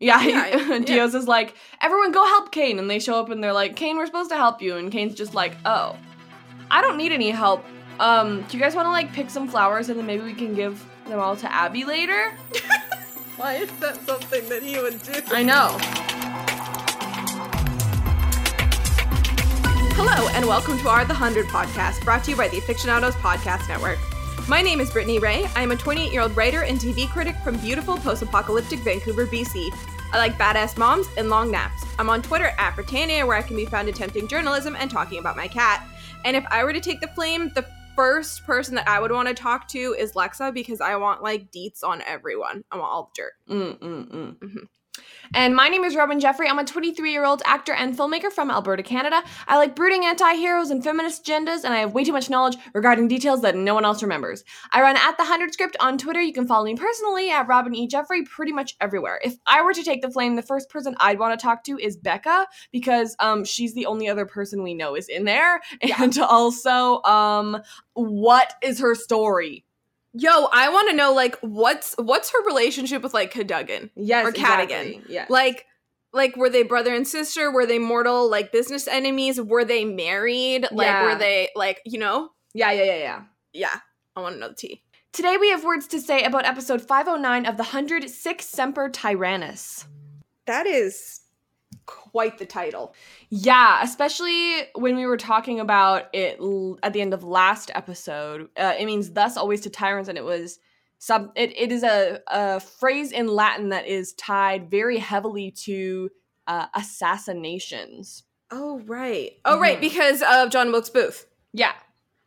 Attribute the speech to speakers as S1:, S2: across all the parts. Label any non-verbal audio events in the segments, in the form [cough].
S1: Yeah, [laughs]
S2: Yeah, yeah,
S1: Dio's is like, everyone go help Kane. And they show up and they're like, Kane, we're supposed to help you. And Kane's just like, oh, I don't need any help. Um, do you guys want to like pick some flowers and then maybe we can give them all to Abby later?
S2: Why is that something that he would do?
S1: I know.
S2: Hello, and welcome to our The Hundred podcast, brought to you by the Aficionados Podcast Network. My name is Brittany Ray. I am a 28 year old writer and TV critic from beautiful post apocalyptic Vancouver, BC. I like badass moms and long naps. I'm on Twitter at Britannia, where I can be found attempting journalism and talking about my cat. And if I were to take the flame, the first person that I would want to talk to is Lexa because I want like deets on everyone. I want all the dirt.
S1: Mm, mm, mm.
S2: Mhm.
S1: And my name is Robin Jeffrey. I'm a 23 year old actor and filmmaker from Alberta, Canada. I like brooding anti heroes and feminist agendas, and I have way too much knowledge regarding details that no one else remembers. I run at the 100 script on Twitter. You can follow me personally at Robin E. Jeffrey pretty much everywhere. If I were to take the flame, the first person I'd want to talk to is Becca because um, she's the only other person we know is in there.
S2: Yeah.
S1: And also, um, what is her story?
S2: Yo, I want to know like what's what's her relationship with like Cadogan?
S1: Yes,
S2: Or Cadigan.
S1: exactly. Yeah.
S2: like like were they brother and sister were they mortal like business enemies were they married like
S1: Yeah.
S2: were they like you know
S1: Yeah, yeah, yeah, yeah.
S2: yeah i want to know the tea
S1: Today we have words to say about episode 509 of the 106 Semper Tyrannus.
S2: that is quite the title
S1: Yeah, especially when we were talking about it l- at the end of last episode. Uh, it means thus always to tyrants, and it was sub. It, it is a, a phrase in Latin that is tied very heavily to uh, assassinations.
S2: oh right oh right
S1: Mhm.
S2: because of john wilkes booth
S1: Yeah,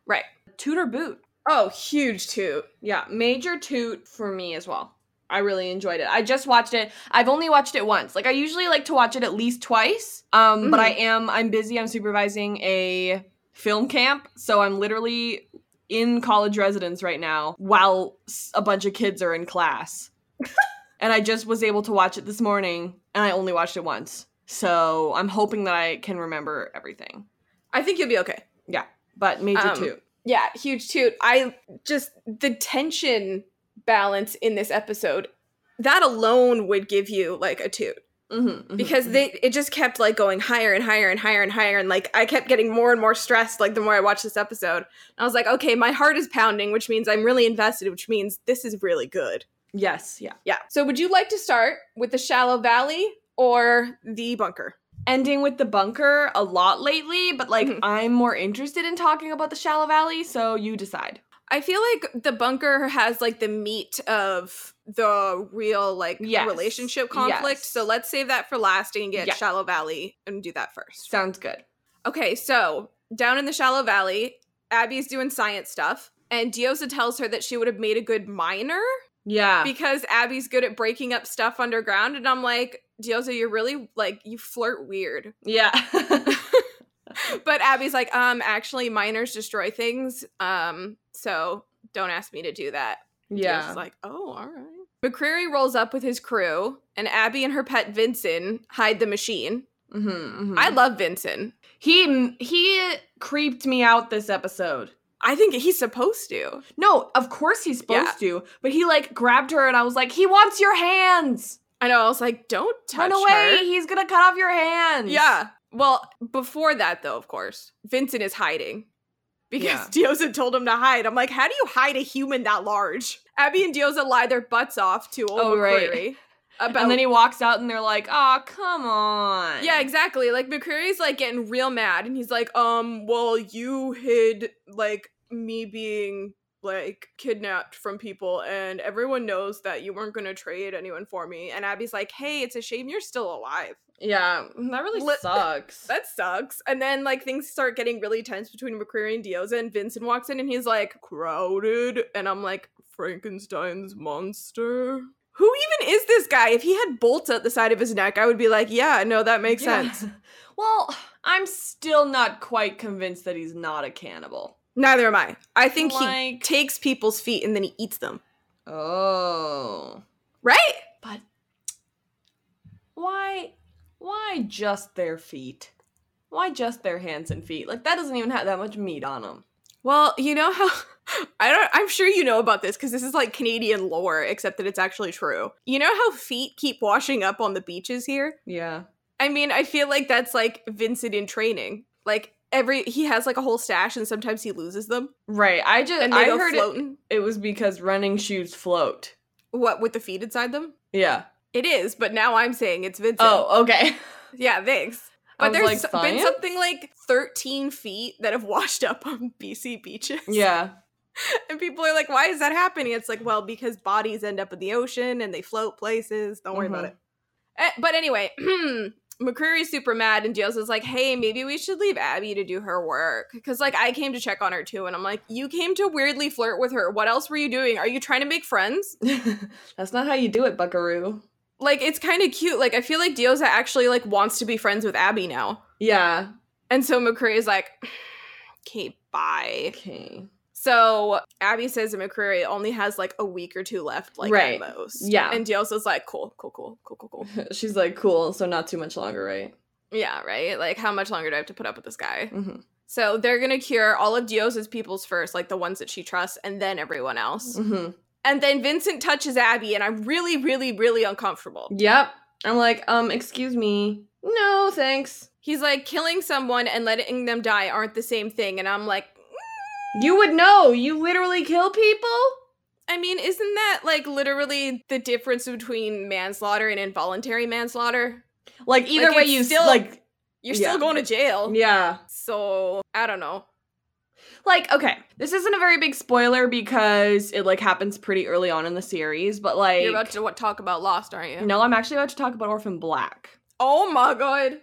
S2: Right.
S1: Tutor boot.
S2: oh huge toot
S1: Yeah, major toot for me as well. I really enjoyed it. I just watched it. I've only watched it once. Like I usually like to watch it at least twice. Um, but
S2: Mm.
S1: I am I'm busy. I'm supervising a film camp, so I'm literally in college residence right now while s- a bunch of kids are in
S2: [laughs]
S1: class. and I just was able to watch it this morning, and I only watched it once. So I'm hoping that I can remember everything.
S2: i think you'll be okay
S1: But major
S2: Um,
S1: toot.
S2: yeah huge toot i just the tension balance in this episode that alone would give you like a toot
S1: Mm-hmm,
S2: because they it just kept like going higher and higher and higher and higher and like I kept getting more and more stressed like the more I watched this episode. And I was like, okay, my heart is pounding, which means I'm really invested, which means this is really good.
S1: yes, yeah.
S2: Yeah. So would you like to start with the shallow valley or the bunker?
S1: ending with the bunker a lot lately, but like
S2: Mhm.
S1: I'm more interested in talking about the shallow valley, so you decide.
S2: I feel like the bunker has like the meat of the real like
S1: Yes.
S2: relationship conflict.
S1: Yes.
S2: So let's save that for last and get
S1: Yeah.
S2: Shallow Valley and do that first.
S1: Sounds good.
S2: Okay, so down in the shallow valley, Abby's doing science stuff, and Diosa tells her that she would have made a good miner
S1: Yeah.
S2: because Abby's good at breaking up stuff underground. And I'm like, Diosa, you're really like you flirt weird.
S1: yeah. [laughs]
S2: But Abby's like, um, actually, miners destroy things, um, so don't ask me to do that. Diosa's like, oh, all right. McCreary rolls up with his crew, and Abby and her pet Vincent hide the machine.
S1: hmm
S2: I love Vincent.
S1: he he creeped me out this episode.
S2: I think he's supposed to.
S1: No, of course he's supposed to, but he like grabbed her and I was like, "He wants your hands.
S2: I know. I was like, don't touch
S1: Turn away.
S2: her.
S1: He's going to cut off your hands."
S2: Yeah. Well, before that, though, of course, Vincent is hiding because [laughs] Diosa told him to hide. I'm like, how do you hide a human that large? Abby and Diosa lie their butts off to old
S1: Oh, right.
S2: McCreary about.
S1: [laughs] And then he walks out and they're like, "Oh, come on."
S2: yeah, exactly. Like McCreary's like getting real mad, and he's like, "Um, well, you hid like me being like kidnapped from people, and everyone knows that you weren't gonna trade anyone for me." And Abby's like, "Hey, it's a shame you're still alive."
S1: Yeah, that really
S2: Li-
S1: [laughs] sucks.
S2: that sucks. And then like things start getting really tense between McCreary and Dioza, and Vincent walks in and he's like, crowded. And I'm like, Frankenstein's monster. Who even is this guy? If he had bolts at the side of his neck, I would be like, yeah, no, that makes
S1: Yeah.
S2: sense.
S1: [laughs] Well, I'm still not quite convinced that he's not a cannibal.
S2: Neither am I. I think he
S1: Like-
S2: takes people's feet and then he eats them.
S1: Oh.
S2: Right?
S1: But why why just their feet? Why just their hands and feet? Like that doesn't even have that much meat on them.
S2: Well, you know how [laughs] I don't I'm sure you know about this because this is like Canadian lore, except that it's actually true. You know how feet keep washing up on the beaches here?
S1: Yeah.
S2: I mean, I feel like that's like Vincent in training. Like every he has like a whole stash and sometimes he loses them.
S1: Right. I just
S2: And they
S1: I
S2: go
S1: heard it,
S2: floating.
S1: it was because running shoes float.
S2: What with the feet inside them?
S1: Yeah.
S2: It is, but now I'm saying it's Vincent.
S1: Oh, okay.
S2: Yeah, thanks.
S1: I
S2: But
S1: was
S2: there's
S1: like,
S2: so- been
S1: science?
S2: something like 13 feet that have [laughs] washed up on BC beaches.
S1: [laughs] yeah.
S2: [laughs]
S1: [laughs]
S2: And people are like, why is that happening? It's like, well, because bodies end up in the ocean and they float places. Don't worry about
S1: Mhm.
S2: it. Eh, But anyway, [clears throat] McCreary's super mad, and Giles is like, hey, maybe we should leave Abby to do her work. Because, like, I came to check on her too, and I'm like, you came to weirdly flirt with her. What else were you doing? Are you trying to make friends?
S1: That's not how you do it, Buckaroo.
S2: Like, it's kind of cute. Like, I feel like Diosa actually, like, wants to be friends with Abby now.
S1: Yeah.
S2: And so McCreary is like, okay, bye.
S1: Okay. [laughs]
S2: So Abby says that McCreary only has like a week or two left, like
S1: Right.
S2: at most.
S1: Yeah.
S2: And Diosa's like, cool, cool, cool, cool,
S1: [laughs]
S2: cool, cool.
S1: She's like, cool. So not too much longer, right?
S2: yeah, right? Like, how much longer do I have to put up with this guy?
S1: Mm-hmm.
S2: So they're gonna cure all of Diosa's peoples first, like the ones that she trusts, and then everyone else.
S1: Mm-hmm.
S2: And then Vincent touches Abby, and I'm really, really, really uncomfortable.
S1: Yep. I'm like, um, excuse me. No, thanks.
S2: He's like, killing someone and letting them die aren't the same thing. And I'm like,
S1: You would know. You literally kill people.
S2: I mean, isn't that like literally the difference between manslaughter and involuntary manslaughter?
S1: Like either
S2: Like,
S1: way,
S2: it's
S1: you still
S2: still-
S1: like,
S2: You're
S1: Yeah.
S2: still going to jail.
S1: yeah.
S2: So I don't know.
S1: like okay this isn't a very big spoiler because it like happens pretty early on in the series but like
S2: You're about to what, talk about Lost, aren't you?
S1: no i'm actually about to talk about orphan black
S2: Oh my god.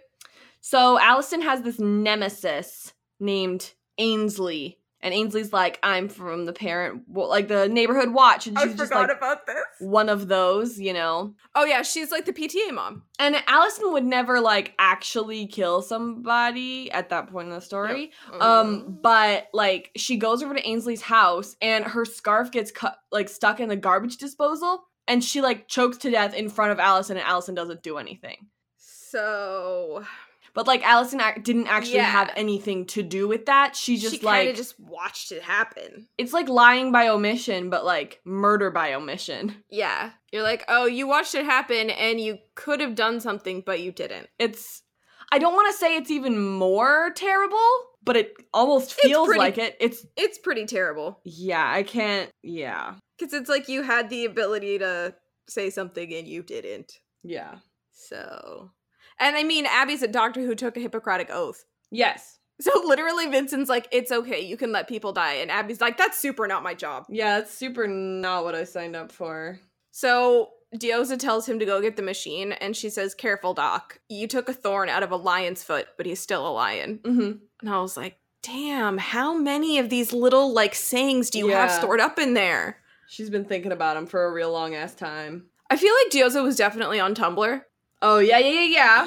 S1: so allison has this nemesis named ainsley and ainsley's like i'm from the parent well, like the neighborhood watch and she's just like
S2: about this.
S1: one of those you know
S2: Oh yeah, she's like the PTA mom.
S1: and allison would never like actually kill somebody at that point in the story Um, but like she goes over to Ainsley's house and her scarf gets cut like stuck in the garbage disposal and she like chokes to death in front of Allison and Allison doesn't do anything.
S2: so
S1: But like Allison ac- didn't actually have
S2: Yeah.
S1: anything to do with that. She just
S2: she kind
S1: like
S2: of just watched it happen.
S1: it's like lying by omission but like murder by omission.
S2: Yeah. You're like, "Oh, you watched it happen and you could have done something but you didn't."
S1: It's I don't want to say it's even more terrible, but it almost feels
S2: pretty-
S1: like it. It's
S2: It's pretty terrible
S1: yeah, I can't yeah.
S2: cuz it's like you had the ability to say something and you didn't.
S1: Yeah.
S2: So and I mean, Abby's a doctor who took a Hippocratic oath.
S1: Yes.
S2: So [laughs] literally, Vincent's like, "It's okay, you can let people die," and Abby's like, "That's super not my job."
S1: Yeah, that's super not what I signed up for.
S2: So Dioza tells him to go get the machine, and she says, "Careful, Doc. You took a thorn out of a lion's foot, but he's still a lion."
S1: hmm
S2: And I was like, "Damn, how many of these little like sayings do you have
S1: Yeah.
S2: stored up in there?"
S1: She's been thinking about him for a real long ass time.
S2: I feel like Dioza was definitely on Tumblr.
S1: Oh yeah, yeah,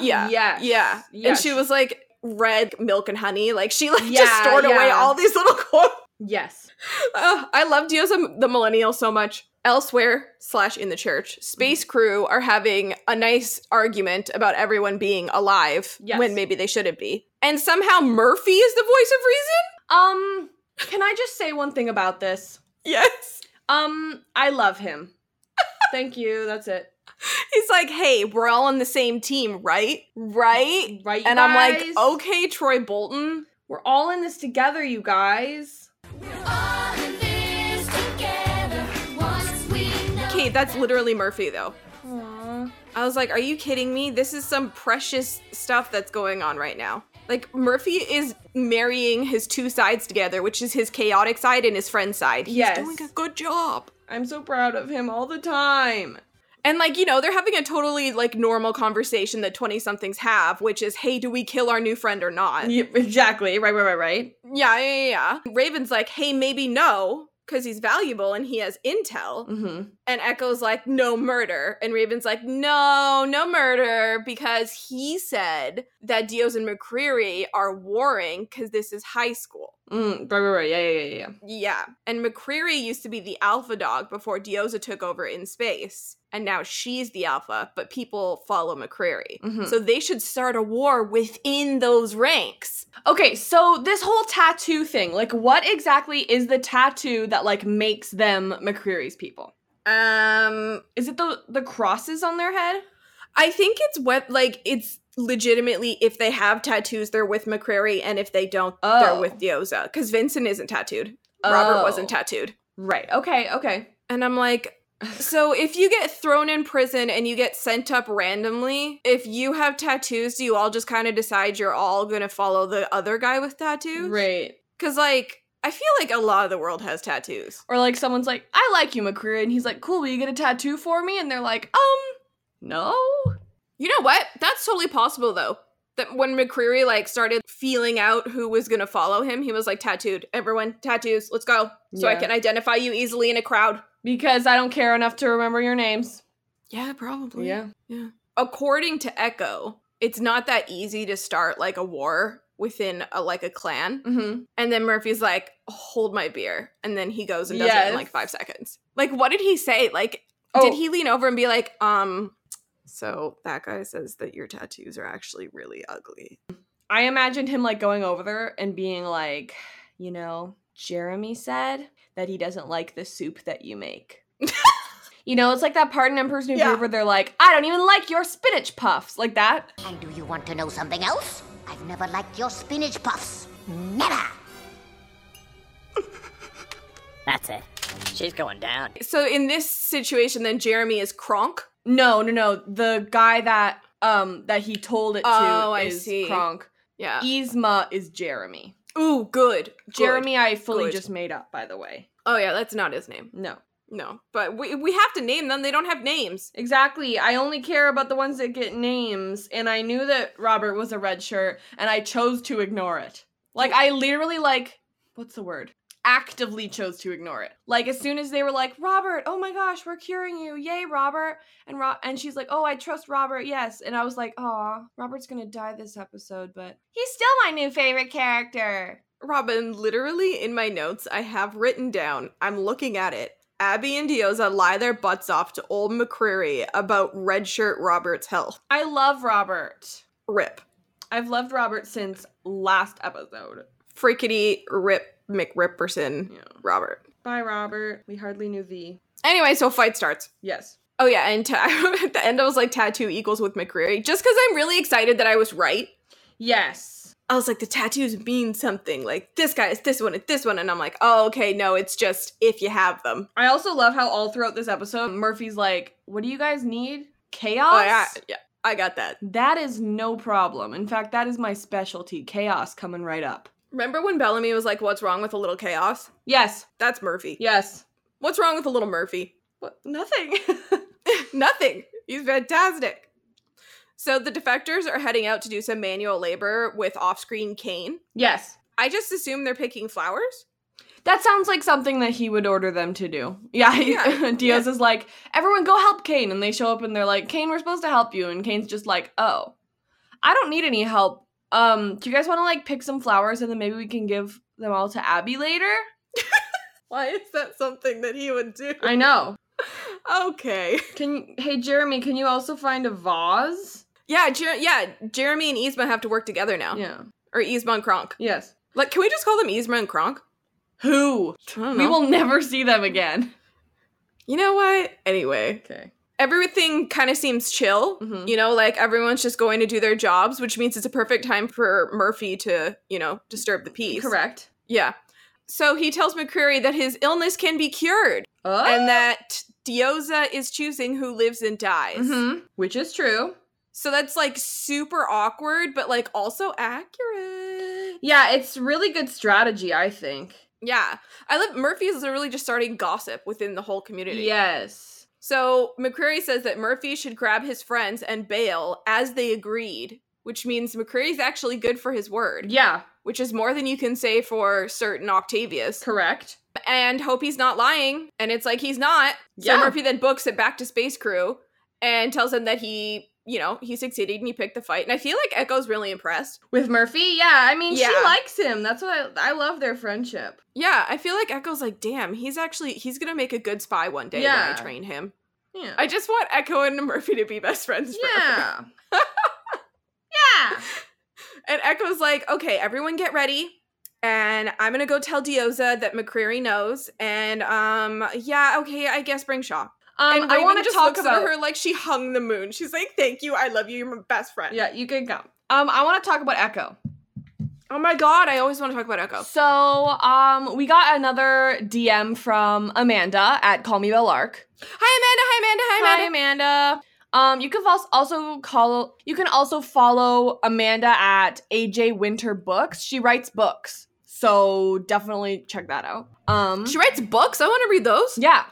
S1: yeah,
S2: Yeah,
S1: yes,
S2: Yeah, and
S1: yes.
S2: she was like red milk and honey. Like she like just
S1: Yeah,
S2: stored away
S1: yeah.
S2: all these little [laughs] quotes.
S1: yes.
S2: Ugh, I love Diosa the Millennial so much. Elsewhere slash in the church,
S1: Mm.
S2: space crew are having a nice argument about everyone being alive
S1: Yes.
S2: when maybe they shouldn't be. And somehow Murphy is the voice of reason? [laughs]
S1: Um, can I just say one thing about this?
S2: Yes.
S1: Um, I love him. Thank you. That's it.
S2: He's like, hey, we're all on the same team, right? Right?
S1: Right, you
S2: And I'm like,
S1: guys?
S2: okay, Troy Bolton.
S1: we're all in this together, you guys.
S3: All in this together, once we know.
S2: Okay, that's literally Murphy though.
S1: Aww.
S2: I was like, are you kidding me? This is some precious stuff that's going on right now. Like, Murphy is marrying his two sides together, which is his chaotic side and his friend side. He's
S1: Yes.
S2: doing a good job.
S1: I'm so proud of him all the time.
S2: And, like, you know, they're having a totally, like, normal conversation that 20 somethings have, which is, hey, do we kill our new friend or not? Yeah,
S1: Yeah, exactly. Right, right, right, right.
S2: yeah, yeah. yeah. Raven's like, hey, maybe no, because he's valuable and he has intel.
S1: Mm-hmm.
S2: And Echo's like, no murder. And Raven's like, no, no murder, because he said that Dios and McCreary are warring because this is high school.
S1: Mm, right, right, right. Yeah, yeah, yeah, yeah.
S2: Yeah. And McCreary used to be the alpha dog before Dioza took over in space. and now she's the alpha, but people follow McCreary.
S1: Mhm.
S2: So they should start a war within those ranks.
S1: Okay, so this whole tattoo thing, like what exactly is the tattoo that like makes them McCreary's people?
S2: Um,
S1: Is it the the crosses on their head?
S2: I think it's what like it's legitimately if they have tattoos, they're with McCreary, and if they don't, they're
S1: Oh.
S2: with Dioza. Because Vincent isn't tattooed. Robert wasn't
S1: Oh,
S2: tattooed.
S1: Right. Okay, okay.
S2: And I'm like, so if you get thrown in prison and you get sent up randomly, if you have tattoos, do you all just kind of decide you're all gonna follow the other guy with tattoos?
S1: Right.
S2: Cause like I feel like a lot of the world has tattoos.
S1: Or like someone's like, "I like you, McCreary." And he's like, "Cool, will you get a tattoo for me?" And they're like, "Um, no."
S2: You know what? That's totally possible though. That when McCreary like started feeling out who was gonna follow him, he was like tattooed. Everyone, tattoos, let's go. So I
S1: Yeah.
S2: can identify you easily in a crowd.
S1: Because I don't care enough to remember your names.
S2: Yeah, probably. according to Echo, it's not that easy to start like a war within a like a clan.
S1: Mhm.
S2: And then Murphy's like, "Hold my beer," and then he goes and does it in
S1: Yes.
S2: like five seconds. Like, what did he say? Like,
S1: Oh.
S2: did he lean over and be like, "Um, so that guy says that your tattoos are actually really ugly."
S1: I imagined him like going over there and being like, you know, Jeremy said that he doesn't like the soup that you [laughs] make. you know, it's like that part in Emperor's New
S2: Yeah.
S1: Groove where they're like, I don't even like your spinach puffs, like that.
S4: And do you want to know something else? I've never liked your spinach puffs. Never!
S5: That's it. She's going down.
S2: So in this situation, then Jeremy is Kronk.
S1: No, no, no. The guy that um that he told it to
S2: Oh, I
S1: is
S2: see.
S1: Kronk.
S2: Yeah.
S1: Yzma is Jeremy.
S2: Ooh, good. Jeremy.
S1: Jeremy, I fully
S2: Good.
S1: just made up, by the way.
S2: Oh yeah, that's not his name.
S1: No.
S2: No, but we we have to name them. They don't have names.
S1: Exactly. I only care about the ones that get names, and I knew that Robert was a red shirt, and I chose to ignore it. Like I literally like what's the word? Actively chose to ignore it. Like as soon as they were like, "Robert, oh my gosh, we're curing you. Yay, Robert." And Ro- and she's like, "Oh, I trust Robert. Yes." And I was like, "Aw, Robert's going to die this episode, but he's still my new favorite character."
S2: Robin, literally in my notes, I have written down, I'm looking at it. Abby and Dioza lie their butts off to old McCreary about red shirt Robert's health.
S1: I love Robert.
S2: Rip.
S1: I've loved Robert since last episode.
S2: Frickety rip McRipperson
S1: Yeah.
S2: Robert.
S1: Bye, Robert. We hardly knew thee.
S2: Anyway, so fight starts.
S1: Yes.
S2: Oh yeah, and ta- [laughs] at the end I was like tattoo equals with McCreary. Just because I'm really excited that I was right.
S1: Yes.
S2: I was like, the tattoos mean something. Like this guy is this one, it's this one, and I'm like, oh okay, no, it's just if you have them.
S1: I also love how all throughout this episode, Murphy's like, "What do you guys need? Chaos?
S2: Oh yeah, yeah, I got that.
S1: That is no problem. In fact, that is my specialty. Chaos coming right up."
S2: Remember when Bellamy was like, What's wrong with a little chaos?
S1: Yes.
S2: That's Murphy.
S1: Yes.
S2: What's wrong with a little Murphy? [laughs]
S1: What? Nothing. [laughs]
S2: Nothing. He's fantastic. So the defectors are heading out to do some manual labor with off screen Kane.
S1: yes.
S2: I just assume they're picking flowers.
S1: That sounds like something that he would order them to do. Yeah. [laughs] he-
S2: Yeah,
S1: Diaz is like, "Everyone go help Kane." And they show up and they're like, "Kane, we're supposed to help you." And Kane's just like, "Oh. I don't need any help. Um, do you guys want to like pick some flowers and then maybe we can give them all to Abby later?"
S2: Why is that something that he would do?
S1: I know.
S2: okay. [laughs]
S1: Can hey Jeremy, can you also find a vase?
S2: Yeah, Jer- yeah. Jeremy and Yzma have to work together now.
S1: Yeah.
S2: Or Yzma and Kronk.
S1: Yes.
S2: Like, can we just call them Yzma and Kronk?
S1: Who?
S2: I don't
S1: We
S2: know.
S1: will never see them again.
S2: You know what? Anyway,
S1: Okay.
S2: everything kind of seems chill.
S1: Mhm.
S2: You know, like everyone's just going to do their jobs, which means it's a perfect time for Murphy to, you know, disturb the peace.
S1: Correct.
S2: Yeah. So he tells McCreary that his illness can be cured
S1: Oh.
S2: and that Dioza is choosing who lives and dies.
S1: Mhm. Which is true.
S2: So that's like super awkward, but like also accurate.
S1: Yeah, it's really good strategy, I think.
S2: Yeah. I love Murphy is literally just starting gossip within the whole community.
S1: Yes.
S2: So McCreary says that Murphy should grab his friends and bail as they agreed, which means McCreary's actually good for his word,
S1: Yeah,
S2: which is more than you can say for certain Octavius.
S1: correct.
S2: And hope he's not lying. And it's like he's not.
S1: Yeah.
S2: So Murphy then books it back to Space Crew and tells him that he, you know, he succeeded and he picked the fight. And I feel like Echo's really impressed.
S1: With Murphy, yeah, I mean
S2: Yeah.
S1: she likes him. That's what I, I love their friendship.
S2: Yeah, I feel like Echo's like, damn, he's actually he's gonna make a good spy one day when
S1: Yeah.
S2: I train him.
S1: Yeah.
S2: I just want Echo and Murphy to be best friends forever.
S1: yeah. [laughs] yeah.
S2: And Echo's like, okay, everyone get ready. And I'm gonna go tell Dioza that McCreary knows. And um, yeah, okay, I guess bring Shaw.
S1: Um,
S2: and
S1: I
S2: Raven
S1: want to
S2: just
S1: talk
S2: looks
S1: about
S2: at her like she hung the moon. She's like, thank you, I love you, you're my best friend.
S1: Yeah, you can come. Um, I want to talk about Echo.
S2: Oh my god, I always want to talk about Echo.
S1: So, um, we got another DM from Amanda at Call Me Bell Lark.
S2: Hi Amanda, hi Amanda, hi Amanda.
S1: Amanda. Um, you can fal- also call. You can also follow Amanda at AJ Winter Books. She writes books, so definitely check that out. Um,
S2: She writes books. I want to read those.
S1: yeah,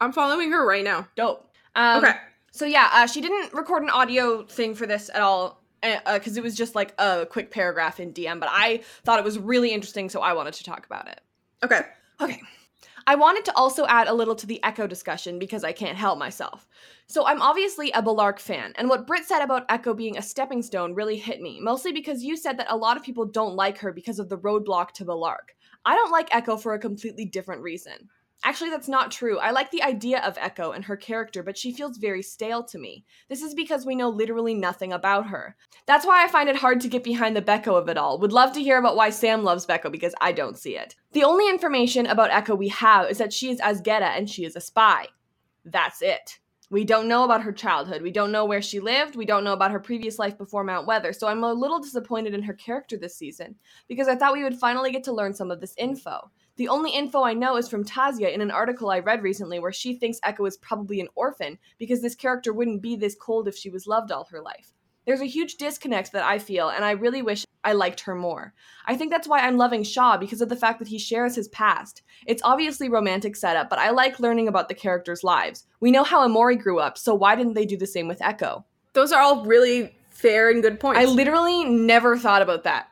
S2: I'm following her right now.
S1: dope. Um,
S2: okay.
S1: So yeah, uh, she didn't record an audio thing for this at all because uh 'cause it was just like a quick paragraph in DM. But I thought it was really interesting, so I wanted to talk about it.
S2: Okay.
S1: I wanted to also add a little to the Echo discussion because I can't help myself. So I'm obviously a Balark fan, and what Britt said about Echo being a stepping stone really hit me, mostly because you said that a lot of people don't like her because of the roadblock to Balark. I don't like Echo for a completely different reason. Actually, that's not true. I like the idea of Echo and her character, but she feels very stale to me. This is because we know literally nothing about her. That's why I find it hard to get behind the Becco of it all. Would love to hear about why Sam loves Becco because I don't see it. The only information about Echo we have is that she is Asgeta and she is a spy. That's it. We don't know about her childhood. We don't know where she lived. We don't know about her previous life before Mount Weather. So I'm a little disappointed in her character this season because I thought we would finally get to learn some of this info. The only info I know is from Tazia in an article I read recently where she thinks Echo is probably an orphan because this character wouldn't be this cold if she was loved all her life. There's a huge disconnect that I feel, and I really wish I liked her more. I think that's why I'm loving Shaw because of the fact that he shares his past. It's obviously romantic setup, but I like learning about the characters' lives. We know how Amori grew up, so why didn't they do the same with Echo?
S2: Those are all really fair and good points.
S1: I literally never thought about that.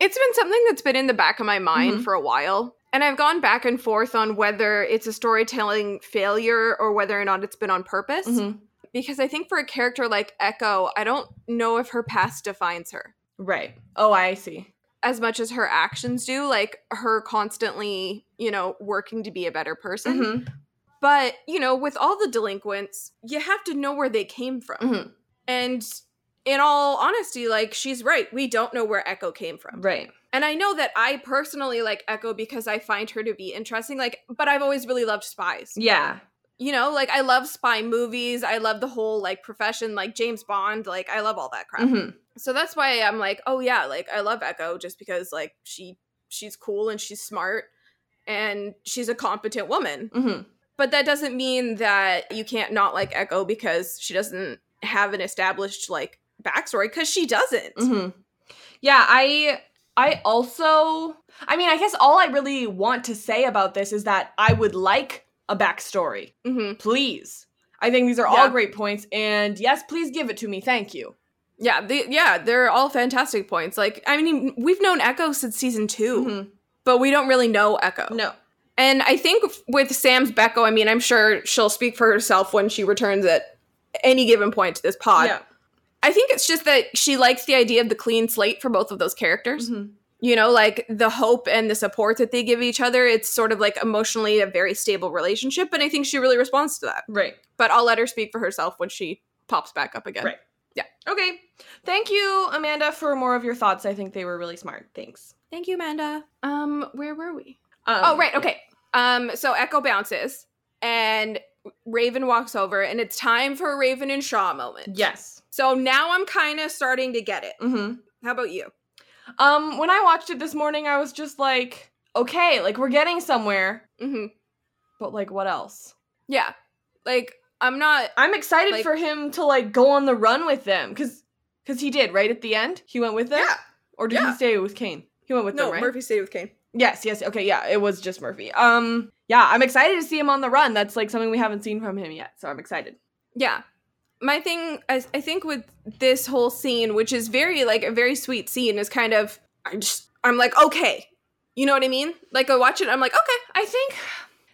S2: It's been something that's been in the back of my mind
S1: Mhm.
S2: for a while. And I've gone back and forth on whether it's a storytelling failure or whether or not it's been on purpose.
S1: Mm-hmm.
S2: Because I think for a character like Echo, I don't know if her past defines her
S1: Right. Oh, I see.
S2: as much as her actions do, like her constantly, you know, working to be a better person.
S1: Mhm.
S2: But, you know, with all the delinquents, you have to know where they came from.
S1: Mhm.
S2: And in all honesty, like she's right. We don't know where Echo came from.
S1: Right.
S2: And I know that I personally like Echo because I find her to be interesting. Like, but I've always really loved spies.
S1: Yeah.
S2: You know, like I love spy movies. I love the whole like profession, like James Bond. Like, I love all that crap.
S1: Mhm.
S2: So that's why I'm like, oh yeah, like I love Echo just because like she she's cool and she's smart and she's a competent woman.
S1: Mhm.
S2: But that doesn't mean that you can't not like Echo because she doesn't have an established like backstory because she doesn't.
S1: Mhm. Yeah, I I also I mean, I guess all I really want to say about this is that I would like a backstory.
S2: Mhm.
S1: Please. I think these are
S2: Yeah.
S1: all great points and yes, please give it to me. Thank you.
S2: Yeah, they, yeah, they're all fantastic points. Like, I mean, we've known Echo since season 2
S1: Mhm.
S2: but we don't really know Echo.
S1: No.
S2: And I think f- with Sam's Becco, I mean, I'm sure she'll speak for herself when she returns at any given point to this pod.
S1: Yeah.
S2: I think it's just that she likes the idea of the clean slate for both of those characters.
S1: Mhm.
S2: You know, like the hope and the support that they give each other. It's sort of like emotionally a very stable relationship. And I think she really responds to that.
S1: Right.
S2: But I'll let her speak for herself when she pops back up again.
S1: Right. Okay. Thank you, Amanda, for more of your thoughts. I think they were really smart. Thanks.
S2: Thank you, Amanda. Um, where were we?
S1: Um,
S2: Oh, right. Okay. Um, so Echo bounces and Raven walks over, and it's time for a Raven and Shaw moment.
S1: Yes.
S2: So now I'm kind of starting to get it.
S1: Mhm.
S2: How about you?
S1: Um, when I watched it this morning, I was just like, okay, like we're getting somewhere,
S2: Mm-hmm.
S1: but like what else?
S2: Yeah. Like, I'm not.
S1: I'm excited
S2: Like-
S1: for him to like go on the run with them, cause, cause he did right at the end. He went with them, or did
S2: yeah.
S1: he stay with Kane? He went with them, right?
S2: stayed with Kane.
S1: Yes, yes. Okay, yeah, it was just Murphy. Um, yeah, I'm excited to see him on the run. That's like something we haven't seen from him yet, so I'm excited.
S2: Yeah. My thing, I, I think, with this whole scene, which is very, like, a very sweet scene, is kind of. I just. I'm like, okay. You know what I mean? Like, I watch it, I'm like, okay.
S1: I think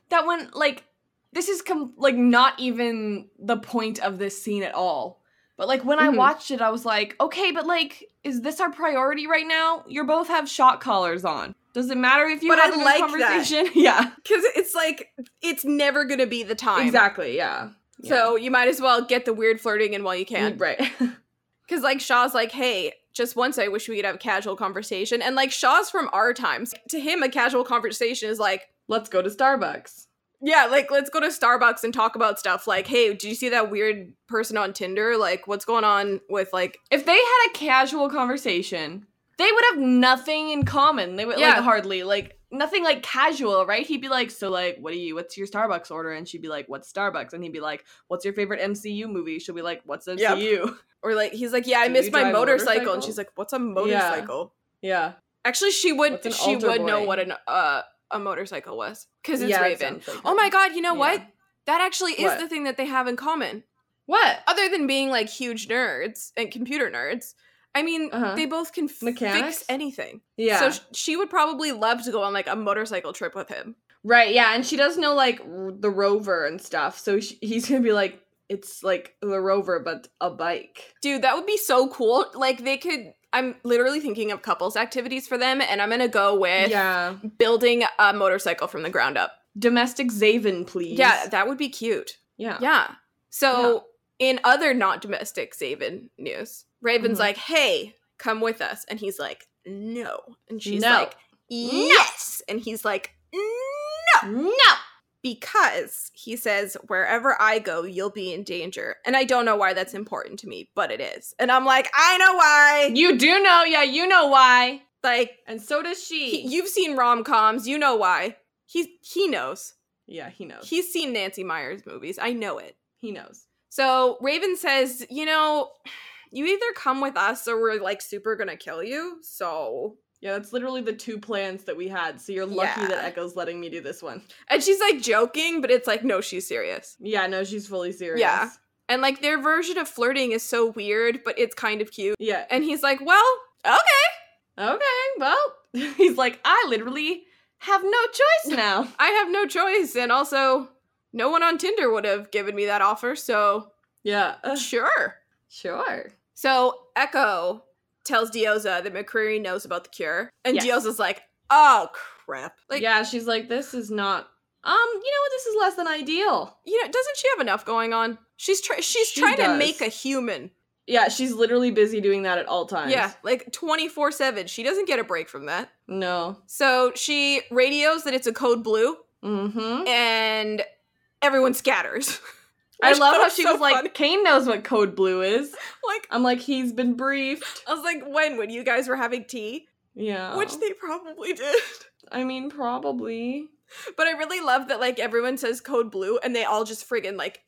S1: that when like this is com- like not even the point of this scene at all. But like when
S2: Mhm.
S1: I watched it, I was like, okay, but like, is this our priority right now? You both have shot collars on. Does it matter if you
S2: But
S1: have
S2: I
S1: a
S2: like that.
S1: conversation? [laughs] yeah,
S2: Because it's like, it's never going to be the time.
S1: exactly. Yeah, Mm.
S2: So you might as well get the weird flirting in while you can.
S1: Right. [laughs]
S2: Because like Shaw's like, hey, just once I wish we could have a casual conversation. And like Shaw's from our times. To him, a casual conversation is like,
S1: Let's go to Starbucks.
S2: yeah, like let's go to Starbucks and talk about stuff. Like, hey, did you see that weird person on Tinder? Like, what's going on with like
S1: If they had a casual conversation, they would have nothing in common. They would
S2: Yeah.
S1: like hardly like nothing like casual, right? He'd be like, "So like, what do you? What's your Starbucks order?" And she'd be like, "What's Starbucks?" And he'd be like, "What's your favorite MCU movie?" She'll be like, "What's MCU?"
S2: or like he's like, Yeah, I
S1: Do
S2: missed
S1: you
S2: my
S1: drive a
S2: motorcycle.
S1: motorcycle?
S2: And she's like, What's a motorcycle?
S1: [laughs] Yeah.
S2: Actually she would
S1: What's an
S2: she
S1: altar
S2: would know
S1: boy?
S2: what an uh a motorcycle was. Because it's
S1: Yeah, that
S2: Raven.
S1: sounds like
S2: oh
S1: it.
S2: my god, you know what?
S1: Yeah.
S2: That actually is
S1: What?
S2: the thing that they have in common.
S1: What?
S2: other than being like huge nerds and computer nerds, I mean,
S1: Uh-huh.
S2: they both can f- fix
S1: Mechanics?
S2: anything.
S1: Yeah.
S2: So sh- she would probably love to go on like a motorcycle trip with him.
S1: Right, yeah, and she does know like r- the rover and stuff, so sh he's gonna be like, it's like the rover but a bike.
S2: Dude, that would be so cool. Like they could. I'm literally thinking of couples activities for them, and I'm gonna go with
S1: yeah,
S2: building a motorcycle from the ground up.
S1: domestic Zaven, please.
S2: Yeah, that would be cute.
S1: yeah,
S2: Yeah. So in other not domestic Zaven news, Raven's
S1: Mhm.
S2: like, "Hey, come with us," and he's like, "No," and she's
S1: No.
S2: like, "Yes," and he's like, "No,"
S1: no,
S2: because he says, "Wherever I go, you'll be in danger," and I don't know why that's important to me, but it is, and I'm like, I know why.
S1: you do know, yeah, you know why,
S2: Like,
S1: and so does she.
S2: he, you've seen rom coms, you know why. He he knows.
S1: yeah, he knows.
S2: He's seen Nancy Myers movies. I know it.
S1: he knows.
S2: So Raven says, you know, you either come with us or we're like super gonna kill you. So
S1: Yeah, that's literally the two plans that we had. So you're lucky
S2: Yeah.
S1: that Echo's letting me do this one.
S2: and she's like joking, but it's like, no, she's serious.
S1: Yeah, no, she's fully serious.
S2: And like their version of flirting is so weird, but it's kind of cute.
S1: yeah.
S2: And he's like, well, okay.
S1: Okay, well, [laughs] he's like, I literally have no
S2: [laughs]
S1: choice now.
S2: I have no choice. And also, no one on Tinder would have given me that offer, so
S1: yeah, uh,
S2: sure.
S1: sure.
S2: So Echo tells Dioza that McCreary knows about the cure. And
S1: Yes.
S2: Dioza's like, oh crap. Like
S1: yeah, she's like, this is not. Um, you know what? This is less than ideal.
S2: you know, doesn't she have enough going on? She's try- she's
S1: She
S2: trying to
S1: does.
S2: make a human.
S1: Yeah, she's literally busy doing that at all times.
S2: Yeah, like 24/7. She doesn't get a break from that.
S1: No.
S2: So she radios that it's a code blue
S1: Mm-hmm.
S2: and everyone scatters. [laughs]
S1: I
S2: Which
S1: love how
S2: was
S1: she
S2: so
S1: was like,
S2: funny. [laughs]
S1: Kane knows what code blue is.
S2: like
S1: I'm like, he's been briefed.
S2: I was like, when when you guys were having tea,
S1: Yeah.
S2: which they probably did. [laughs]
S1: I mean, probably.
S2: But I really love that like everyone says code blue and they all just friggin' like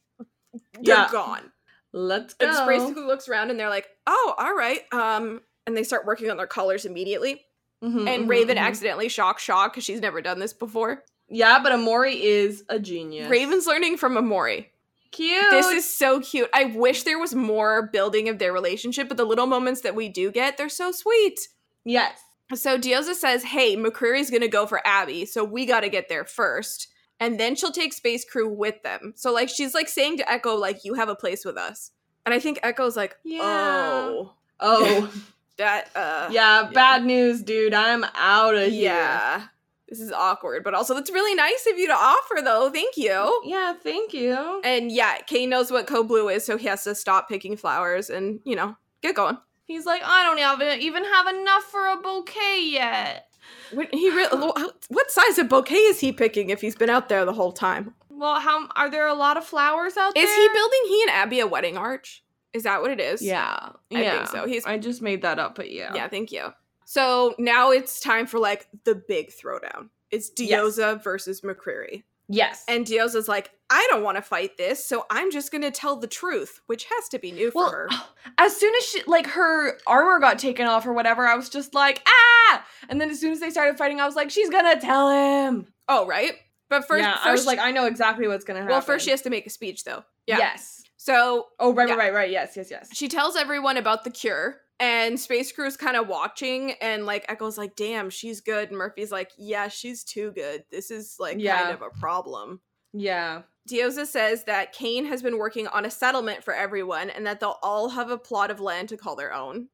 S2: they're
S1: Yeah.
S2: gone.
S1: Let's
S2: And just
S1: go.
S2: basically looks around and they're like, "Oh, all right." Um and they start working on their collars immediately.
S1: Mhm,
S2: and
S1: mhm,
S2: Raven
S1: mhm.
S2: accidentally shock shock because she's never done this before.
S1: Yeah, but Amori is a genius.
S2: Raven's learning from Amori.
S1: cute.
S2: This is so cute. I wish there was more building of their relationship, but the little moments that we do get, they're so sweet.
S1: yes.
S2: So Dioza says, "Hey, McCreary's gonna go for Abby, so we got to get there first, and then she'll take Space Crew with them." So like she's like saying to Echo, "Like you have a place with us," and I think Echo's like,
S1: Yeah.
S2: "Oh, [laughs]
S1: Oh, [laughs]
S2: that uh,
S1: yeah. Bad news, dude. I'm out of here.
S2: yeah, this is awkward, but also that's really nice of you to offer, though. Thank you."
S1: Yeah. Thank you.
S2: And yeah, Kane knows what code blue is, so he has to stop picking flowers and, you know, get going.
S1: He's like, I don't have, e-, even have enough for a bouquet yet.
S2: When he re- what size of bouquet is he picking if he's been out there the whole time?
S1: Well, how are there a lot of flowers out
S2: Is he building he and Abby a wedding arch? Is that what it is?
S1: Yeah,
S2: I
S1: yeah.
S2: think so. He's
S1: I just made that up, but yeah,
S2: Yeah, thank you. So now it's time for like the big throwdown. It's
S1: Yes.
S2: Dioza versus McCreary.
S1: yes. And
S2: And Dioza's like, I don't want to fight this, so I'm just gonna tell the truth, which has to be new for
S1: well,
S2: her.
S1: [sighs] as soon as she like her armor got taken off or whatever, I was just like, ah! And then as soon as they started fighting, I was like, she's gonna tell him.
S2: Oh, right? But first,
S1: yeah,
S2: first
S1: I was like, I know exactly what's gonna happen.
S2: well, first she has to make a speech though. Yeah.
S1: yes.
S2: So
S1: Oh, right,
S2: Yeah.
S1: right, right, right. Yes, yes, yes.
S2: she tells everyone about the cure, and Space Crew's kind of watching, and like Echo's like, damn, she's good. And Murphy's like, yeah, she's too good. This is like
S1: Yeah.
S2: kind of a problem.
S1: Yeah,
S2: Dioza says that Kane has been working on a settlement for everyone and that they'll all have a plot of land to call their own.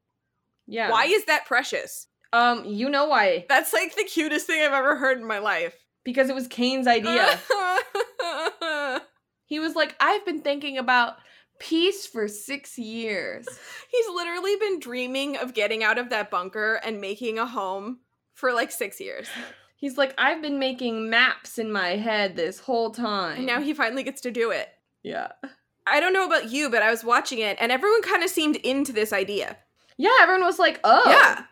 S1: yeah.
S2: Why is that precious?
S1: Um, you know why?
S2: That's like the cutest thing I've ever heard in my life.
S1: Because it was Kane's idea. [laughs] He was like, I've been thinking about peace for six years.
S2: [laughs] He's literally been dreaming of getting out of that bunker and making a home for like six years.
S1: He's like, I've been making maps in my head this whole time.
S2: And now he finally gets to do it.
S1: yeah.
S2: I don't know about you, but I was watching it and everyone kind of seemed into this idea.
S1: Yeah, everyone was like, oh,
S2: Yeah.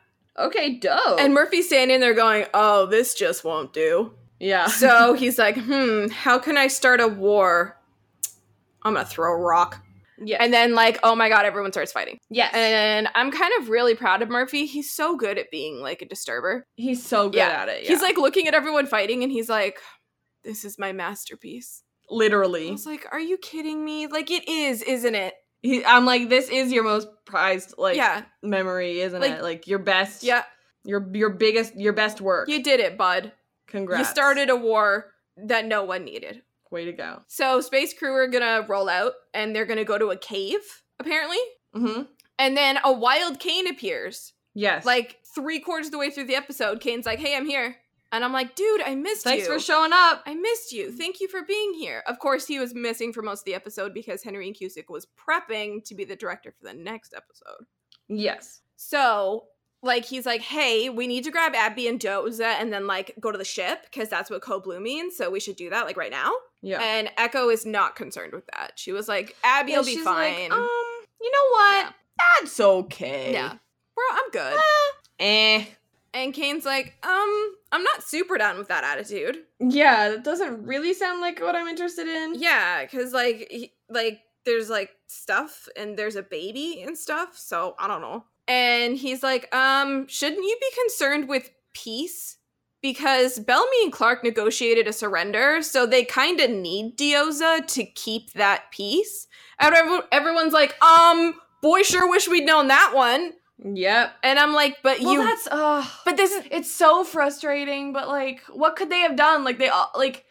S1: okay, dope.
S2: And Murphy's standing there going, oh, this just won't do.
S1: yeah.
S2: So he's like, hmm, how can I start a war? I'm going to throw a rock.
S1: yeah.
S2: And then, like, oh my God, everyone starts fighting.
S1: yes.
S2: And I'm kind of really proud of Murphy. He's so good at being like a disturber.
S1: he's so good
S2: Yeah.
S1: at it.
S2: He's
S1: yeah.
S2: like looking at everyone fighting and he's like, this is my masterpiece. I
S1: literally.
S2: was like, are you kidding me? Like, it is, isn't it?
S1: He, I'm like, this is your most prized like
S2: yeah.
S1: memory, isn't
S2: Like-
S1: it? Like your best.
S2: Yeah.
S1: Your your biggest your best work.
S2: You did it, bud.
S1: Congrats.
S2: You started a war that no one needed.
S1: Way to go.
S2: So, space crew are gonna roll out and they're gonna go to a cave, apparently.
S1: Mm-hmm.
S2: And then a wild Kane appears.
S1: Yes.
S2: Like, three quarters of the way through the episode, Kane's like, hey, I'm here. And I'm like, dude, I missed
S1: thanks
S2: you.
S1: for showing up.
S2: I missed you. Thank you for being here. Of course, he was missing for most of the episode because Henry Cusick was prepping to be the director for the next episode.
S1: Yes.
S2: So, like, he's like, hey, we need to grab Abby and Doza and then, like, go to the ship because that's what Code Blue means. So, we should do that, like, right now.
S1: Yeah.
S2: And Echo is not concerned with that. She was like, Abby
S1: Yeah,
S2: will be
S1: she's like,
S2: fine.
S1: um, you know what?
S2: Yeah.
S1: That's okay.
S2: yeah. Bro, I'm good.
S1: Eh.
S2: And Kane's like, um, I'm not super down with that attitude.
S1: Yeah, that doesn't really sound like what I'm interested in.
S2: Yeah, because like he, like there's like stuff and there's a baby and stuff, so I don't know. And he's like, um, shouldn't you be concerned with peace? Because Bellamy and Clark negotiated a surrender, so they kind of need Dioza to keep that peace. And everyone- everyone's like, um, boy, sure wish we'd known that one.
S1: Yep.
S2: And I'm like, but
S1: Well,
S2: you,
S1: that's uh
S2: but this is
S1: it's so frustrating, but like what could they have done? Like they all like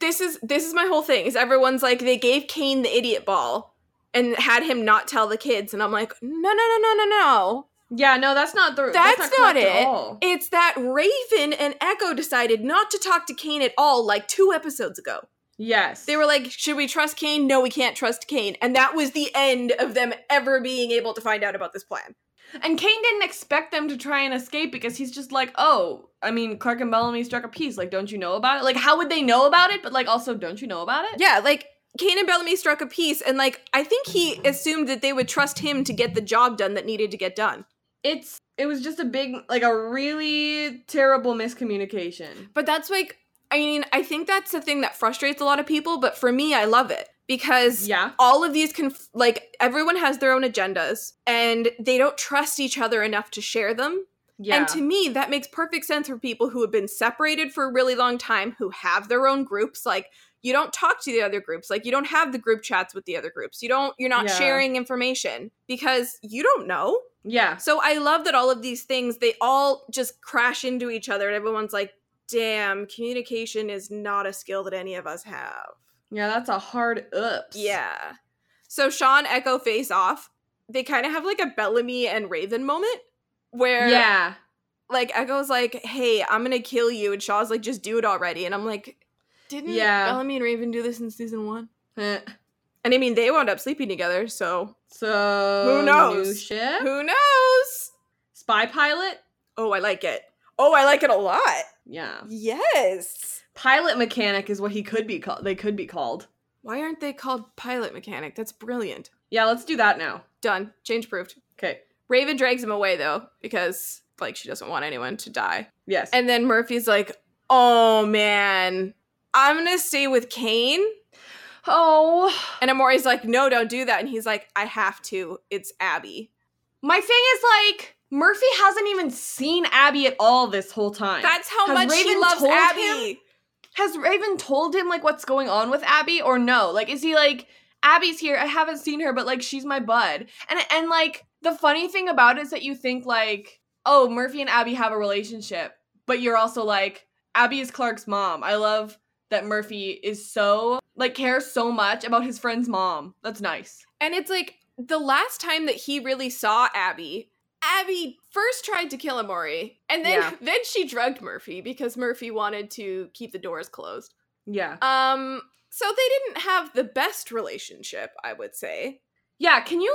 S2: this is this is my whole thing is everyone's like they gave Kane the idiot ball and had him not tell the kids and I'm like no no no no no no
S1: Yeah, no, that's not the
S2: that's, not,
S1: correct at
S2: it
S1: all.
S2: it's that Raven and Echo decided not to talk to Kane at all like two episodes ago
S1: Yes.
S2: they were like should we trust Kane no we can't trust Kane and that was the end of them ever being able to find out about this plan
S1: And Kane didn't expect them to try and escape because he's just like, oh, I mean, Clark and Bellamy struck a peace. Like, don't you know about it? Like, how would they know about it? But like, also, don't you know about it?
S2: yeah like Kane and Bellamy struck a peace and like I think he assumed that they would trust him to get the job done that needed to get done
S1: It's it was just a big, like, a really terrible miscommunication.
S2: But that's like, I mean, I think that's the thing that frustrates a lot of people. But for me, I love it because
S1: Yeah.
S2: all of these, conf- like, everyone has their own agendas and they don't trust each other enough to share them.
S1: Yeah.
S2: And to me, that makes perfect sense for people who have been separated for a really long time, who have their own groups. Like, you don't talk to the other groups. Like, you don't have the group chats with the other groups. You don't, you're not
S1: Yeah.
S2: sharing information because you don't know.
S1: yeah.
S2: So I love that all of these things they all just crash into each other and everyone's like, "Damn, communication is not a skill that any of us have."
S1: Yeah, that's a hard oops.
S2: Yeah. So Sean Echo face off. They kind of have like a Bellamy and Raven moment where
S1: Yeah.
S2: like Echo's like, "Hey, I'm going to kill you." And Shaw's like, "Just do it already." And I'm like, "Didn't
S1: Yeah.
S2: Bellamy and Raven do this in season 1?"
S1: Eh.
S2: And I mean, they wound up sleeping together, so
S1: [laughs] So
S2: Who knows?
S1: new ship?
S2: who knows?
S1: Spy pilot?
S2: Oh, I like it. Oh, I like it a lot.
S1: Yeah.
S2: Yes.
S1: Pilot mechanic is what he could be called. They could be called.
S2: Why aren't they called pilot mechanic? That's brilliant.
S1: Yeah, let's do that now.
S2: Done. Change proved.
S1: Okay.
S2: Raven drags him away though, because like she doesn't want anyone to die.
S1: Yes.
S2: And then Murphy's like, oh man, I'm gonna stay with Kane.
S1: oh.
S2: And Amori's like, no, don't do that. And he's like, I have to. It's Abby.
S1: My thing is like Murphy hasn't even seen Abby at all this whole time.
S2: That's how
S1: Has
S2: much he
S1: Raven
S2: loves
S1: told
S2: Abby.
S1: Has Raven told him like what's going on with Abby or no? Like is he like Abby's here, I haven't seen her but like she's my bud. And and like the funny thing about it is that you think like oh, Murphy and Abby have a relationship, but you're also like Abby is Clark's mom. I love that Murphy is so like cares so much about his friend's mom. That's nice.
S2: And it's like the last time that he really saw Abby, Abby first tried to kill Amori, and [laughs] then
S1: Yeah.
S2: then she drugged Murphy because Murphy wanted to keep the doors closed.
S1: Yeah.
S2: Um So they didn't have the best relationship, I would say.
S1: Yeah, can you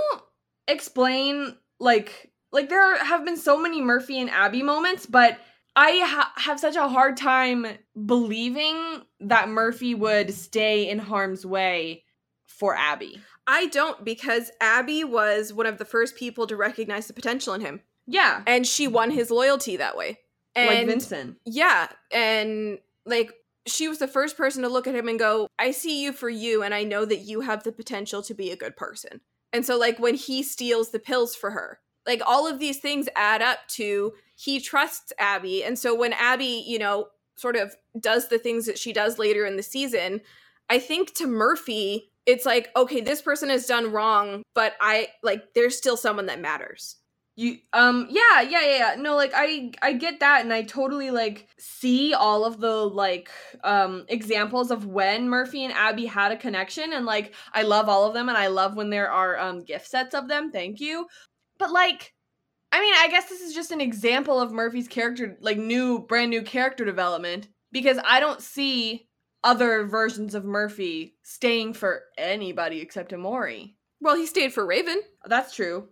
S1: explain like like there have been so many Murphy and Abby moments, but I ha- have such a hard time believing that Murphy would stay in harm's way for Abby.
S2: I don't because Abby was one of the first people to recognize the potential in him,
S1: Yeah,
S2: and she won his loyalty that way. And
S1: like Vincent.
S2: yeah, and like she was the first person to look at him and go, "I see you for you, and I know that you have the potential to be a good person." And so, like when he steals the pills for her, like all of these things add up to he trusts Abby, and so when Abby, you know, sort of does the things that she does later in the season, I think to Murphy, it's like, okay, this person has done wrong, but I like there's still someone that matters.
S1: You um yeah, yeah, yeah, yeah. No, like I I get that and I totally like see all of the like um examples of when Murphy and Abby had a connection and like I love all of them and I love when there are um gift sets of them. Thank you. But like I mean, I guess this is just an example of Murphy's character like new brand new character development because I don't see other versions of Murphy staying for anybody except Amori.
S2: Well, he stayed for Raven.
S1: That's true.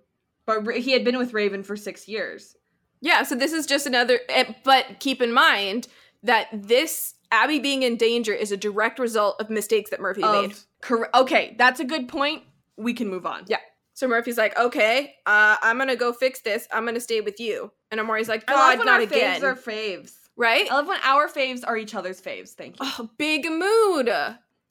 S1: But Ra- he had been with Raven for 6 years.
S2: Yeah, so this is just another. eh, But keep in mind that this Abby being in danger is a direct result of mistakes that Murphy
S1: of-
S2: made.
S1: Cor- okay, that's a good point. We can move on.
S2: Yeah. So Murphy's like, okay, uh, I'm gonna go fix this. I'm gonna stay with you. And Amori's like, God,
S1: our
S2: not again,
S1: faves are faves.
S2: right?
S1: I love when our faves are each other's faves. Thank you.
S2: Oh, big mood.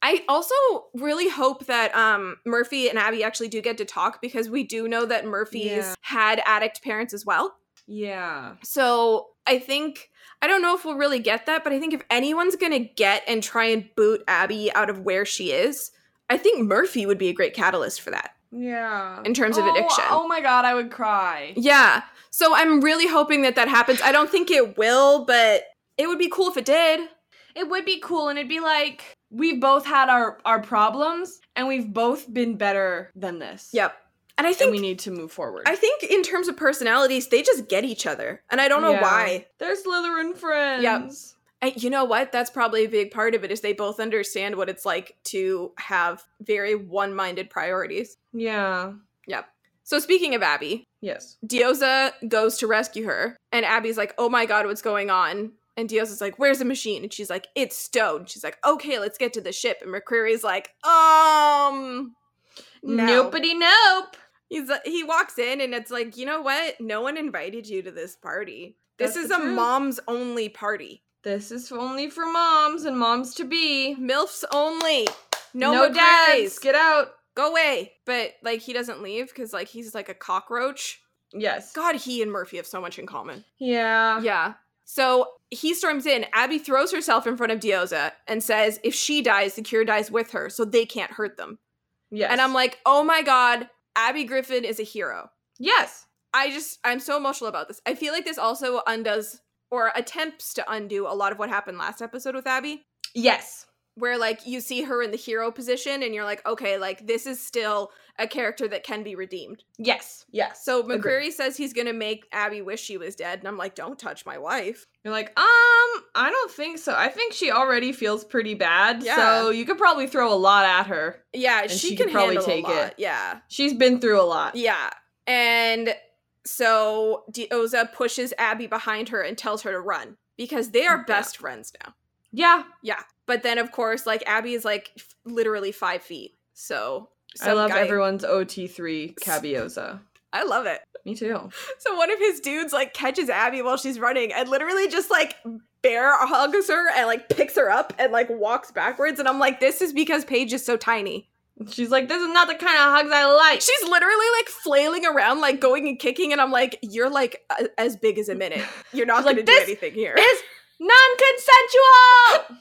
S2: I also really hope that um, Murphy and Abby actually do get to talk because we do know that Murphy's
S1: Yeah.
S2: had addict parents as well.
S1: [sighs] Yeah.
S2: So I think I don't know if we'll really get that, but I think if anyone's gonna get and try and boot Abby out of where she is, I think Murphy would be a great catalyst for that
S1: Yeah.
S2: in terms of
S1: Oh,
S2: addiction.
S1: Oh my god, I would cry.
S2: Yeah. So I'm really hoping that that happens. I don't think it will, but it would be cool if it did.
S1: It would be cool and it'd be like we've both had our our problems and we've both been better than this.
S2: Yep. And I
S1: And
S2: think
S1: we need to move forward.
S2: I think in terms of personalities, they just get each other, and I don't know
S1: Yeah.
S2: why.
S1: They're Slytherin friends.
S2: I, you know what? That's probably a big part of it is they both understand what it's like to have very one-minded priorities.
S1: Yeah.
S2: So speaking of Abby,
S1: Yes.
S2: Dioza goes to rescue her, and Abby's like, "Oh my god, what's going on?" And Dioza's like, "Where's the machine?" And she's like, "It's stowed." She's like, "Okay, let's get to the ship." And McCreary's like, "Um, no."
S1: Nopity nope.
S2: He's he walks in, and it's like, you know what? No one invited you to this party. This
S1: That's
S2: is
S1: the
S2: a
S1: truth.
S2: mom's only party.
S1: This is only for moms and moms to be.
S2: MILFs only. No,
S1: no
S2: dads.
S1: dads. Get out.
S2: Go away. But like he doesn't leave because like he's like a cockroach.
S1: Yes.
S2: God, he and Murphy have so much in common.
S1: Yeah.
S2: Yeah. So he storms in. Abby throws herself in front of Dioza and says, if she dies, the cure dies with her, so they can't hurt them.
S1: Yes.
S2: And I'm like, oh my God, Abby Griffin is a hero.
S1: yes.
S2: I just, I'm so emotional about this. I feel like this also undoes or attempts to undo a lot of what happened last episode with Abby,
S1: Yes.
S2: where like you see her in the hero position and you're like, okay, like this is still a character that can be redeemed.
S1: Yes. Yes.
S2: So
S1: Agreed.
S2: McCreary says he's going to make Abby wish she was dead. And I'm like, don't touch my wife.
S1: You're like, um, I don't think so. I think she already feels pretty bad.
S2: Yeah.
S1: So you could probably throw a lot at her.
S2: Yeah,
S1: And
S2: she,
S1: she
S2: can
S1: could probably
S2: handle
S1: take
S2: a
S1: it.
S2: lot. Yeah,
S1: She's been through a lot.
S2: yeah. And so Dioza pushes Abby behind her and tells her to run because they are
S1: Yeah.
S2: best friends now.
S1: Yeah.
S2: Yeah, but then of course, like Abby is like f- literally five feet. So
S1: I
S2: some
S1: love
S2: guy-
S1: everyone's OT3 Cabioza.
S2: I love it. [laughs]
S1: Me too.
S2: So one of his dudes like catches Abby while she's running and literally just like bear hugs her and like picks her up and like walks backwards. And I'm like, this is because Paige is so tiny.
S1: She's like, this is not the kind of hugs I like. [laughs]
S2: She's literally like flailing around, like going and kicking, and I'm like, "You're like a- as big as a minute. You're not
S1: She's like,
S2: going to do
S1: "This
S2: anything here."
S1: is non-consensual.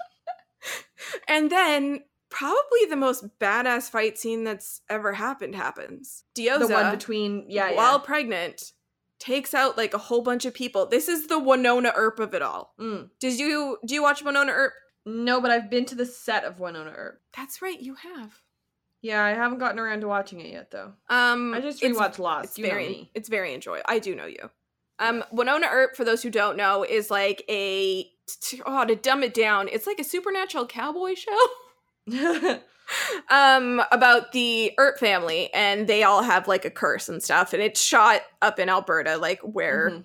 S2: And then probably the most badass fight scene that's ever happened happens.
S1: the
S2: Dioza,
S1: one between, yeah, yeah.
S2: while pregnant, takes out like a whole bunch of people. This is the Winona Earp of it all.
S1: Mm.
S2: Did you do you watch Winona Earp?
S1: No, but I've been to the set of Winona Earp.
S2: That's right, you have.
S1: Yeah, I haven't gotten around to watching it yet, though.
S2: Um,
S1: I just
S2: it's
S1: rewatched Lost.
S2: it's
S1: you know
S2: very
S1: me.
S2: it's very enjoyable. I do know you. Um, Winona Earp, for those who don't know, is like a t- oh to dumb it down, it's like a supernatural cowboy show. [laughs] um about the Ert family and they all have like a curse and stuff and it's shot up in Alberta like where
S1: Mhm.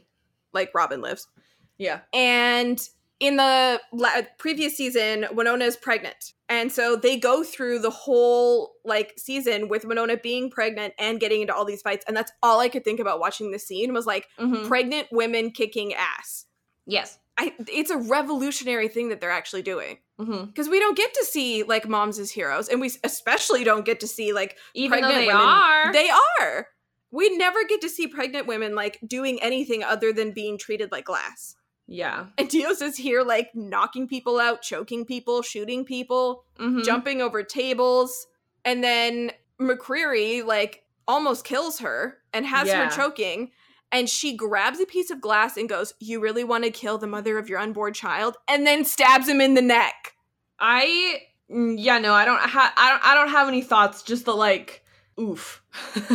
S2: like Robin lives.
S1: [laughs] Yeah.
S2: And in the la- previous season, Winona is pregnant. And so they go through the whole like season with Winona being pregnant and getting into all these fights. And that's all I could think about watching this scene was like
S1: Mhm.
S2: pregnant women kicking ass.
S1: Yes.
S2: I, it's a revolutionary thing that they're actually doing
S1: hmm
S2: because we don't get to see like moms as heroes, and we s- especially don't get to see like
S1: Even though
S2: Pregnant
S1: they
S2: women-
S1: are.
S2: they are. We never get to see pregnant women like doing anything other than being treated like glass.
S1: yeah.
S2: And Dios is here, like knocking people out, choking people, shooting people,
S1: Mhm.
S2: jumping over tables. And then McCreary, like, almost kills her and has
S1: Yeah.
S2: her choking. And she grabs a piece of glass and goes, You really want to kill the mother of your unborn child? And then stabs him in the neck.
S1: I mm, yeah no I don't ha- I don't I don't have any thoughts just the like oof [laughs]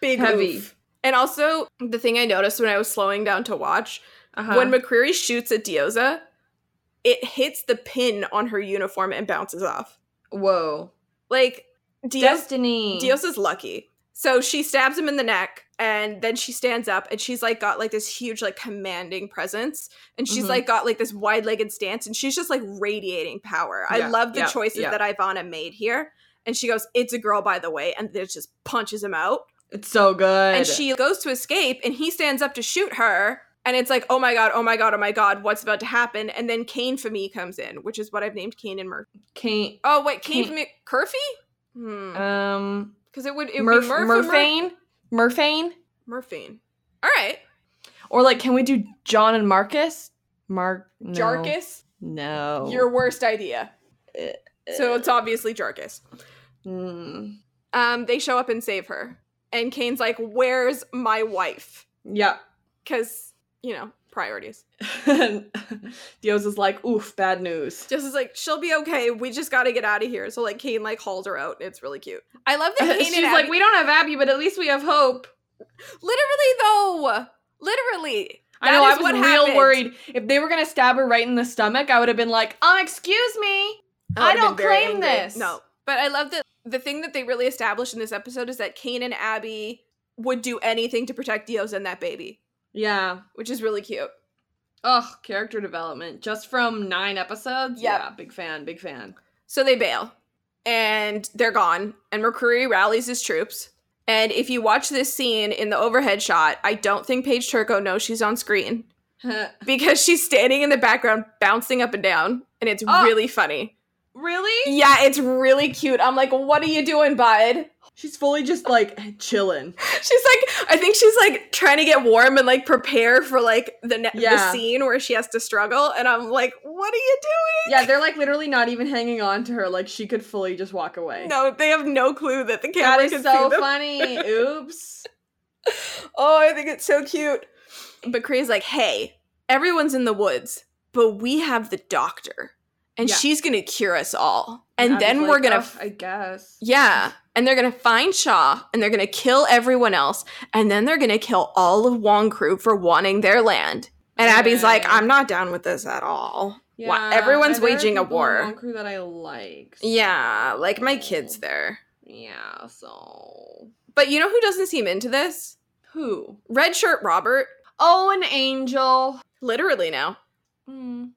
S2: Big
S1: heavy
S2: oof. And also, the thing I noticed when I was slowing down to watch
S1: uh-huh.
S2: when McCreary shoots at Dioza, it hits the pin on her uniform and bounces off.
S1: whoa
S2: Like, Dioza.
S1: destiny
S2: Dios is lucky. So she stabs him in the neck and then she stands up and she's like got like this huge like commanding presence and she's
S1: Mhm.
S2: like got like this wide-legged stance and she's just like radiating power. I
S1: Yeah,
S2: love the
S1: yeah,
S2: choices
S1: yeah.
S2: that Ivana made here. And she goes, "It's a girl by the way." And then just punches him out.
S1: it's so good
S2: And she goes to escape and he stands up to shoot her. And it's like, oh my god, oh my god, oh my god, what's about to happen? And then Kane Fami comes in, which is what I've named Kane and Murphy.
S1: can't
S2: Oh wait, Kane,
S1: [laughs] Kane-
S2: Fami Curfy? Hmm.
S1: um
S2: Because it would it
S1: Murph-
S2: would be Murph and
S1: Murphane
S2: Mur-
S1: Murphane
S2: Murphine. All right.
S1: or like can we do John and Marcus Mark no.
S2: Jarkus,
S1: no
S2: your worst idea.
S1: Uh,
S2: So it's obviously Jarkus.
S1: Mm.
S2: Um, they show up and save her. And Kane's like, Where's my wife?
S1: yeah
S2: Because, you know, priorities.
S1: [laughs] Dios is like oof bad news
S2: Just is like, She'll be okay. We just got to get out of here. So, like, Kane, like, hauls her out. It's really cute. I love that
S1: [laughs]
S2: Kane
S1: she's
S2: and
S1: like
S2: Abby-
S1: we don't have Abby but at least we have hope
S2: Literally, though. Literally.
S1: I
S2: That
S1: know.
S2: is
S1: I was
S2: what
S1: real
S2: happened.
S1: worried. If they were gonna stab her right in the stomach, I would have been like, "Um, excuse me." I
S2: would've
S1: don't
S2: been very
S1: claim
S2: angry.
S1: this.
S2: No. But I love that the thing that they really established in this episode is that Kane and Abby would do anything to protect Dios and that baby,
S1: Yeah.
S2: which is really cute.
S1: Ugh, character development just from nine episodes.
S2: Yep.
S1: Yeah, big fan, big fan. [laughs]
S2: So they bail and they're gone. And Mercury rallies his troops. And if you watch this scene in the overhead shot, I don't think Paige Turco knows she's on screen [laughs] because she's standing in the background bouncing up and down. And it's
S1: Oh.
S2: really funny.
S1: really?
S2: Yeah, it's really cute. I'm like, what are you doing, bud? [laughs]
S1: She's fully just like chilling.
S2: She's like, I think she's like trying to get warm and like prepare for like the, ne- the
S1: Yeah.
S2: scene where she has to struggle. And I'm like, what are you doing?
S1: [laughs] Yeah, they're like literally not even hanging on to her. Like she could fully just walk away.
S2: No, they have no clue that the
S1: that
S2: camera
S1: is
S2: can
S1: so
S2: see them. [laughs]
S1: funny. Oops.
S2: Oh, I think it's so cute. But Cree's like, hey, everyone's in the woods, but we have the doctor, and
S1: Yeah.
S2: she's gonna cure us all. And
S1: Abby's
S2: then
S1: like,
S2: we're gonna,
S1: "Ugh, I guess.
S2: yeah, and they're gonna find Shaw, and they're gonna kill everyone else, and then they're gonna kill all of Wong Crew for wanting their land. And Abby's like,
S1: Yeah.
S2: I'm not down with this at all.
S1: Yeah,
S2: Wha- everyone's
S1: and there are
S2: waging a
S1: people in
S2: war.
S1: Long Crew that I like.
S2: Yeah, like my kids there.
S1: Yeah. So
S2: But you know who doesn't seem into this?
S1: who?
S2: Red shirt Robert,
S1: Oh, an angel.
S2: literally now.
S1: Mm.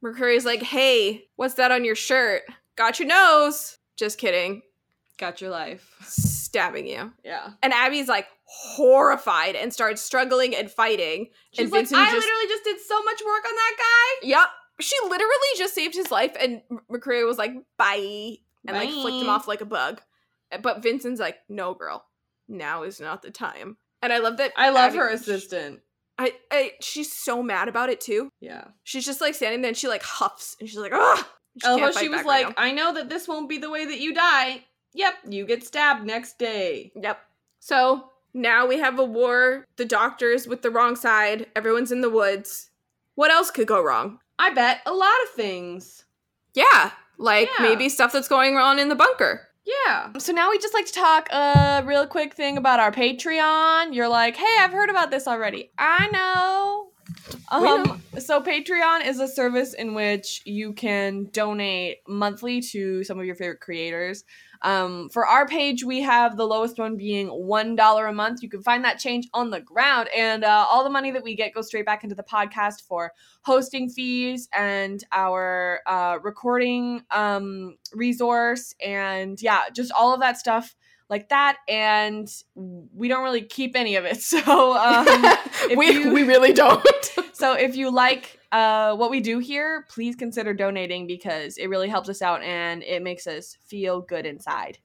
S2: Mercury's like, hey, what's that on your shirt? Got your nose. Just kidding.
S1: Got your life.
S2: Stabbing you.
S1: Yeah.
S2: And Abby's like horrified and starts struggling and fighting.
S1: She's
S2: and
S1: like,
S2: Vincent
S1: I
S2: just-
S1: literally just did so much work on that guy.
S2: Yep. She literally just saved his life and M- Mercury was like, bye. And like flicked him
S1: Bye.
S2: off like a bug. Eh, But Vincent's like, no, girl. Now is not the time. And I love that
S1: I love
S2: Abby-
S1: her assistant.
S2: I, I she's so mad about it too.
S1: Yeah.
S2: She's just like standing there and she like huffs and she's like, ah. She can't
S1: Although
S2: fight
S1: she was
S2: back right
S1: like,
S2: now.
S1: I know that this won't be the way that you die. Yep, you get stabbed next day.
S2: Yep. So now we have a war. The doctors with the wrong side. Everyone's in the woods. What else could go wrong?
S1: I bet a lot of things.
S2: Yeah, like
S1: Yeah.
S2: maybe stuff that's going on in the bunker.
S1: Yeah. So now we just like to talk uh, a real quick thing about our Patreon. You're like, hey, I've heard about this already. I know. Um, so Patreon is a service in which you can donate monthly to some of your favorite creators. Um, for our page, we have the lowest one being one dollar a month. You can find that change on the ground, and uh, all the money that we get goes straight back into the podcast for hosting fees and our uh, recording um, resource,
S2: [laughs]
S1: and yeah, just all of that stuff like that. And we don't really keep any of it, [laughs] so um, if
S2: we,
S1: you-
S2: we really don't.
S1: so if you like uh, what we do here, please consider donating because it really helps us out and it makes us feel good inside.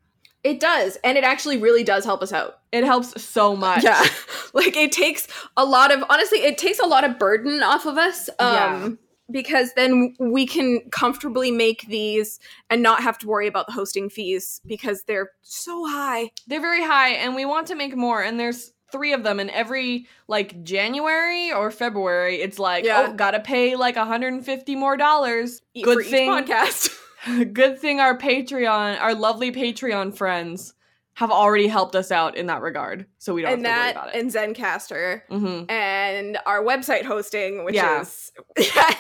S2: it does, and it actually really does help us out.
S1: It helps so much.
S2: Yeah, [laughs] like it takes a lot of honestly, it takes a lot of burden off of us. Um,
S1: Yeah.
S2: Because then we can comfortably make these and not have to worry about the hosting fees because they're so high.
S1: They're very high and we want to make more and there's three of them and every like January or February it's like
S2: Yeah.
S1: oh gotta pay like 150 more dollars.
S2: e-
S1: Good
S2: for each
S1: thing
S2: podcast.
S1: [laughs] good thing our Patreon our lovely Patreon friends have already helped us out in that regard. So we don't
S2: and
S1: have to
S2: that
S1: worry about it.
S2: and Zencaster
S1: Mhm.
S2: and our website hosting, which
S1: Yeah.
S2: is [laughs]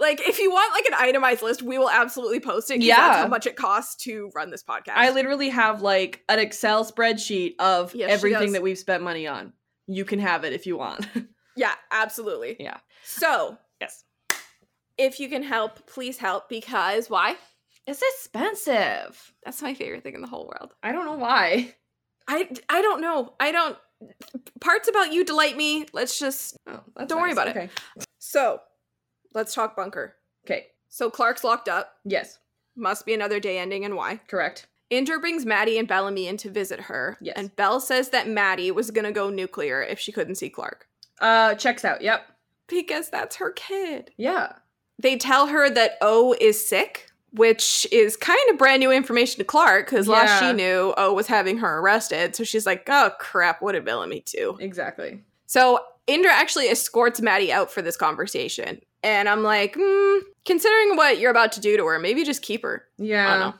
S2: like if you want like an itemized list, we will absolutely post it. 'cause that's
S1: Yeah.
S2: how much it costs to run this podcast.
S1: I literally have like an Excel spreadsheet of
S2: Yes, she does.
S1: everything that we've spent money on. You can have it if you want. [laughs]
S2: yeah, absolutely.
S1: Yeah.
S2: So
S1: yes.
S2: if you can help, please help because why?
S1: It's expensive.
S2: That's my favorite thing in the whole world.
S1: I don't know why.
S2: I I don't know. I don't. Parts about you delight me. Let's just
S1: Oh, that's
S2: Don't worry about it.
S1: okay.
S2: so. Let's talk bunker.
S1: Okay.
S2: So Clark's locked up.
S1: Yes.
S2: Must be another day ending, and why?
S1: Correct.
S2: Inder brings Maddie and Bellamy in to visit her.
S1: Yes.
S2: And Belle says that Maddie was gonna go nuclear if she couldn't see Clark.
S1: Uh checks out. Yep.
S2: Because that's her kid.
S1: Yeah.
S2: They tell her that O is sick, which is kind of brand new information to Clark, because last
S1: Yeah.
S2: she knew, O was having her arrested. So she's like, oh crap, what did Bellamy do?
S1: Exactly.
S2: So Indra actually escorts Maddie out for this conversation. And I'm like, hmm, considering what you're about to do to her, maybe just keep her.
S1: Yeah.
S2: know.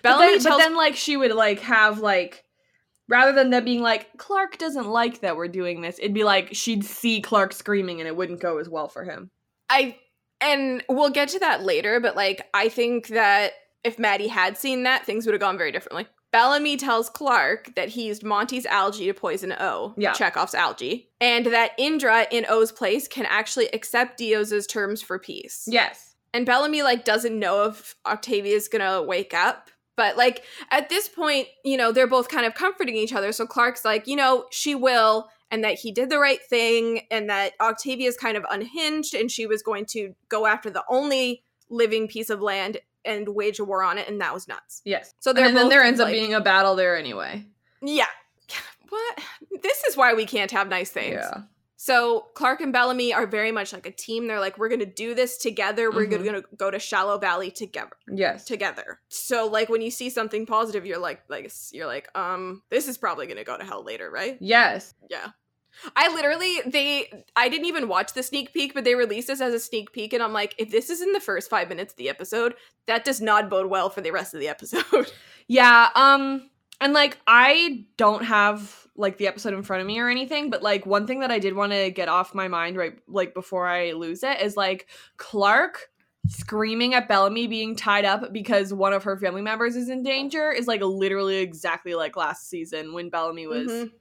S1: But
S2: Bellamy
S1: then, but
S2: tells
S1: then, like, she would, like, have, like, rather than them being like, Clark doesn't like that we're doing this, it'd be like she'd see Clark screaming and it wouldn't go as well for him.
S2: I and we'll get to that later, but like I think that if Maddie had seen that, things would have gone very differently. Bellamy tells Clark that he used Monty's algae to poison O,
S1: Yeah.
S2: Chekhov's algae, and that Indra in O's place can actually accept Dioz's terms for peace.
S1: Yes.
S2: And Bellamy like doesn't know if Octavia's gonna wake up. But like at this point, you know, they're both kind of comforting each other. So Clark's like, you know, she will, and that he did the right thing, and that Octavia's kind of unhinged, and she was going to go after the only living piece of land and wage a war on it, and that was nuts.
S1: Yes.
S2: So they're
S1: and then
S2: both,
S1: there ends
S2: like-
S1: up being a battle there anyway.
S2: Yeah. What? This is why we can't have nice things.
S1: Yeah.
S2: So Clark and Bellamy are very much like a team. They're like, we're gonna do this together. We're
S1: Mhm.
S2: gonna go to Shallow Valley together
S1: Yes.
S2: together. So like when you see something positive, you're like like you're like um this is probably going to go to hell later, right?
S1: yes.
S2: Yeah. I literally they I didn't even watch the sneak peek, but they released this as a sneak peek and I'm like if this is in the first 5 minutes of the episode, that does not bode well for the rest of the episode. [laughs]
S1: Yeah. Um. And like, I don't have like the episode in front of me or anything, but like one thing that I did want to get off my mind right like before I lose it is like Clark screaming at Bellamy being tied up because one of her family members is in danger is like literally exactly like last season when Bellamy was
S2: Mhm.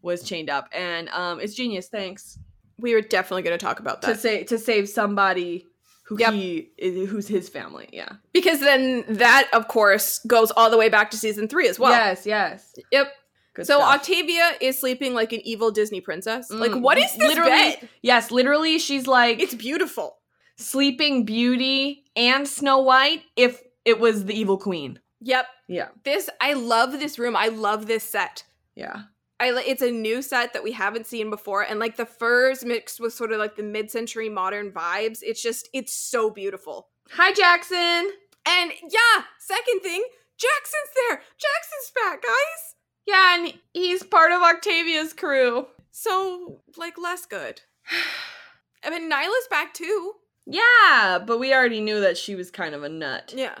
S1: was chained up and um it's genius thanks
S2: We were definitely going to talk about
S1: to
S2: that.
S1: say to save somebody who
S2: Yep.
S1: he is, who's his family yeah
S2: Because then that of course goes all the way back to season 3 as well.
S1: yes yes
S2: Yep.
S1: Good
S2: so
S1: stuff.
S2: Octavia is sleeping like an evil Disney princess. like
S1: Mm,
S2: what is this
S1: literally-
S2: bed?
S1: Yes, literally, she's like
S2: It's beautiful.
S1: Sleeping Beauty and Snow White if it was the Evil Queen.
S2: Yep.
S1: Yeah.
S2: This I love this room. I love this set.
S1: Yeah.
S2: I li- it's a new set that we haven't seen before and like the furs mixed with sort of like the mid-century modern vibes. It's just it's so beautiful.
S1: Hi, Jackson.
S2: And yeah, second thing, Jackson's there. Jackson's back, guys.
S1: Yeah, and he's part of Octavia's crew.
S2: So like less good. [sighs] I mean Nyla's back too.
S1: Yeah, but we already knew that she was kind of a nut.
S2: Yeah.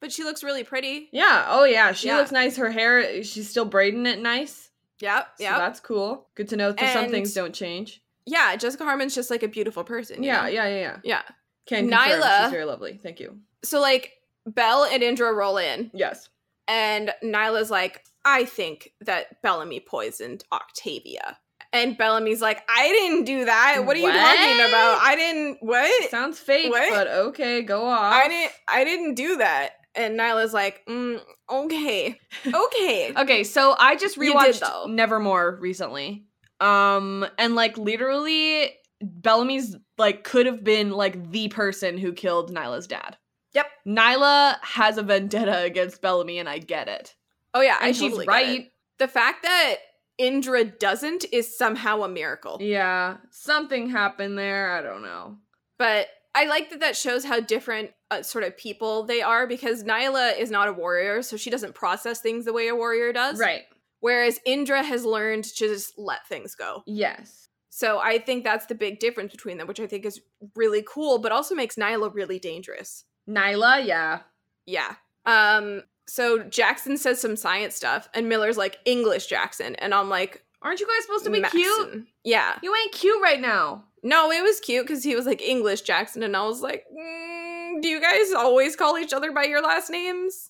S2: But she looks really pretty.
S1: Yeah. Oh, yeah. She
S2: Yeah.
S1: looks nice. Her hair, she's still braiding it nice.
S2: Yep.
S1: So
S2: Yep.
S1: that's cool. Good to know that some
S2: And-
S1: things don't change.
S2: yeah, Jessica Harmon's just like a beautiful person. you
S1: Yeah,
S2: know?
S1: yeah, yeah, yeah.
S2: yeah.
S1: Can Nyla.
S2: Nyla-
S1: She's very lovely. Thank you.
S2: So like Belle and Indra roll in, [laughs]
S1: Yes.
S2: and Nyla's like, I think that Bellamy poisoned Octavia. And Bellamy's like, I didn't do that. What are you talking
S1: What?
S2: about? I didn't what?
S1: Sounds fake,
S2: What?
S1: but okay, go off.
S2: I didn't I didn't do that. And Nyla's like, mm,
S1: [laughs]
S2: okay. Okay.
S1: Okay, so I just
S2: You did,
S1: rewatched
S2: though.
S1: Nevermore recently. Um and like literally Bellamy's like could have been like the person who killed Nyla's dad.
S2: Yep.
S1: Nyla has a vendetta against Bellamy and I get it.
S2: oh yeah,
S1: And
S2: I
S1: she's
S2: totally get it.
S1: right.
S2: The fact that Indra doesn't is somehow a miracle.
S1: Yeah, something happened there, I don't know.
S2: But I like that that shows how different uh, sort of people they are because Nyla is not a warrior, so she doesn't process things the way a warrior does.
S1: Right.
S2: Whereas Indra has learned to just let things go.
S1: Yes.
S2: So I think that's the big difference between them, which I think is really cool, but also makes Nyla really dangerous.
S1: Nyla, yeah.
S2: Yeah. Um. So Jackson says some science stuff, and Miller's like English Jackson, and I'm like
S1: Aren't you guys supposed to be cute?
S2: "Maxon." Yeah.
S1: You ain't cute right now. [laughs]
S2: No, it was cute because he was like English Jackson, and I was like, mm, do you guys always call each other by your last names?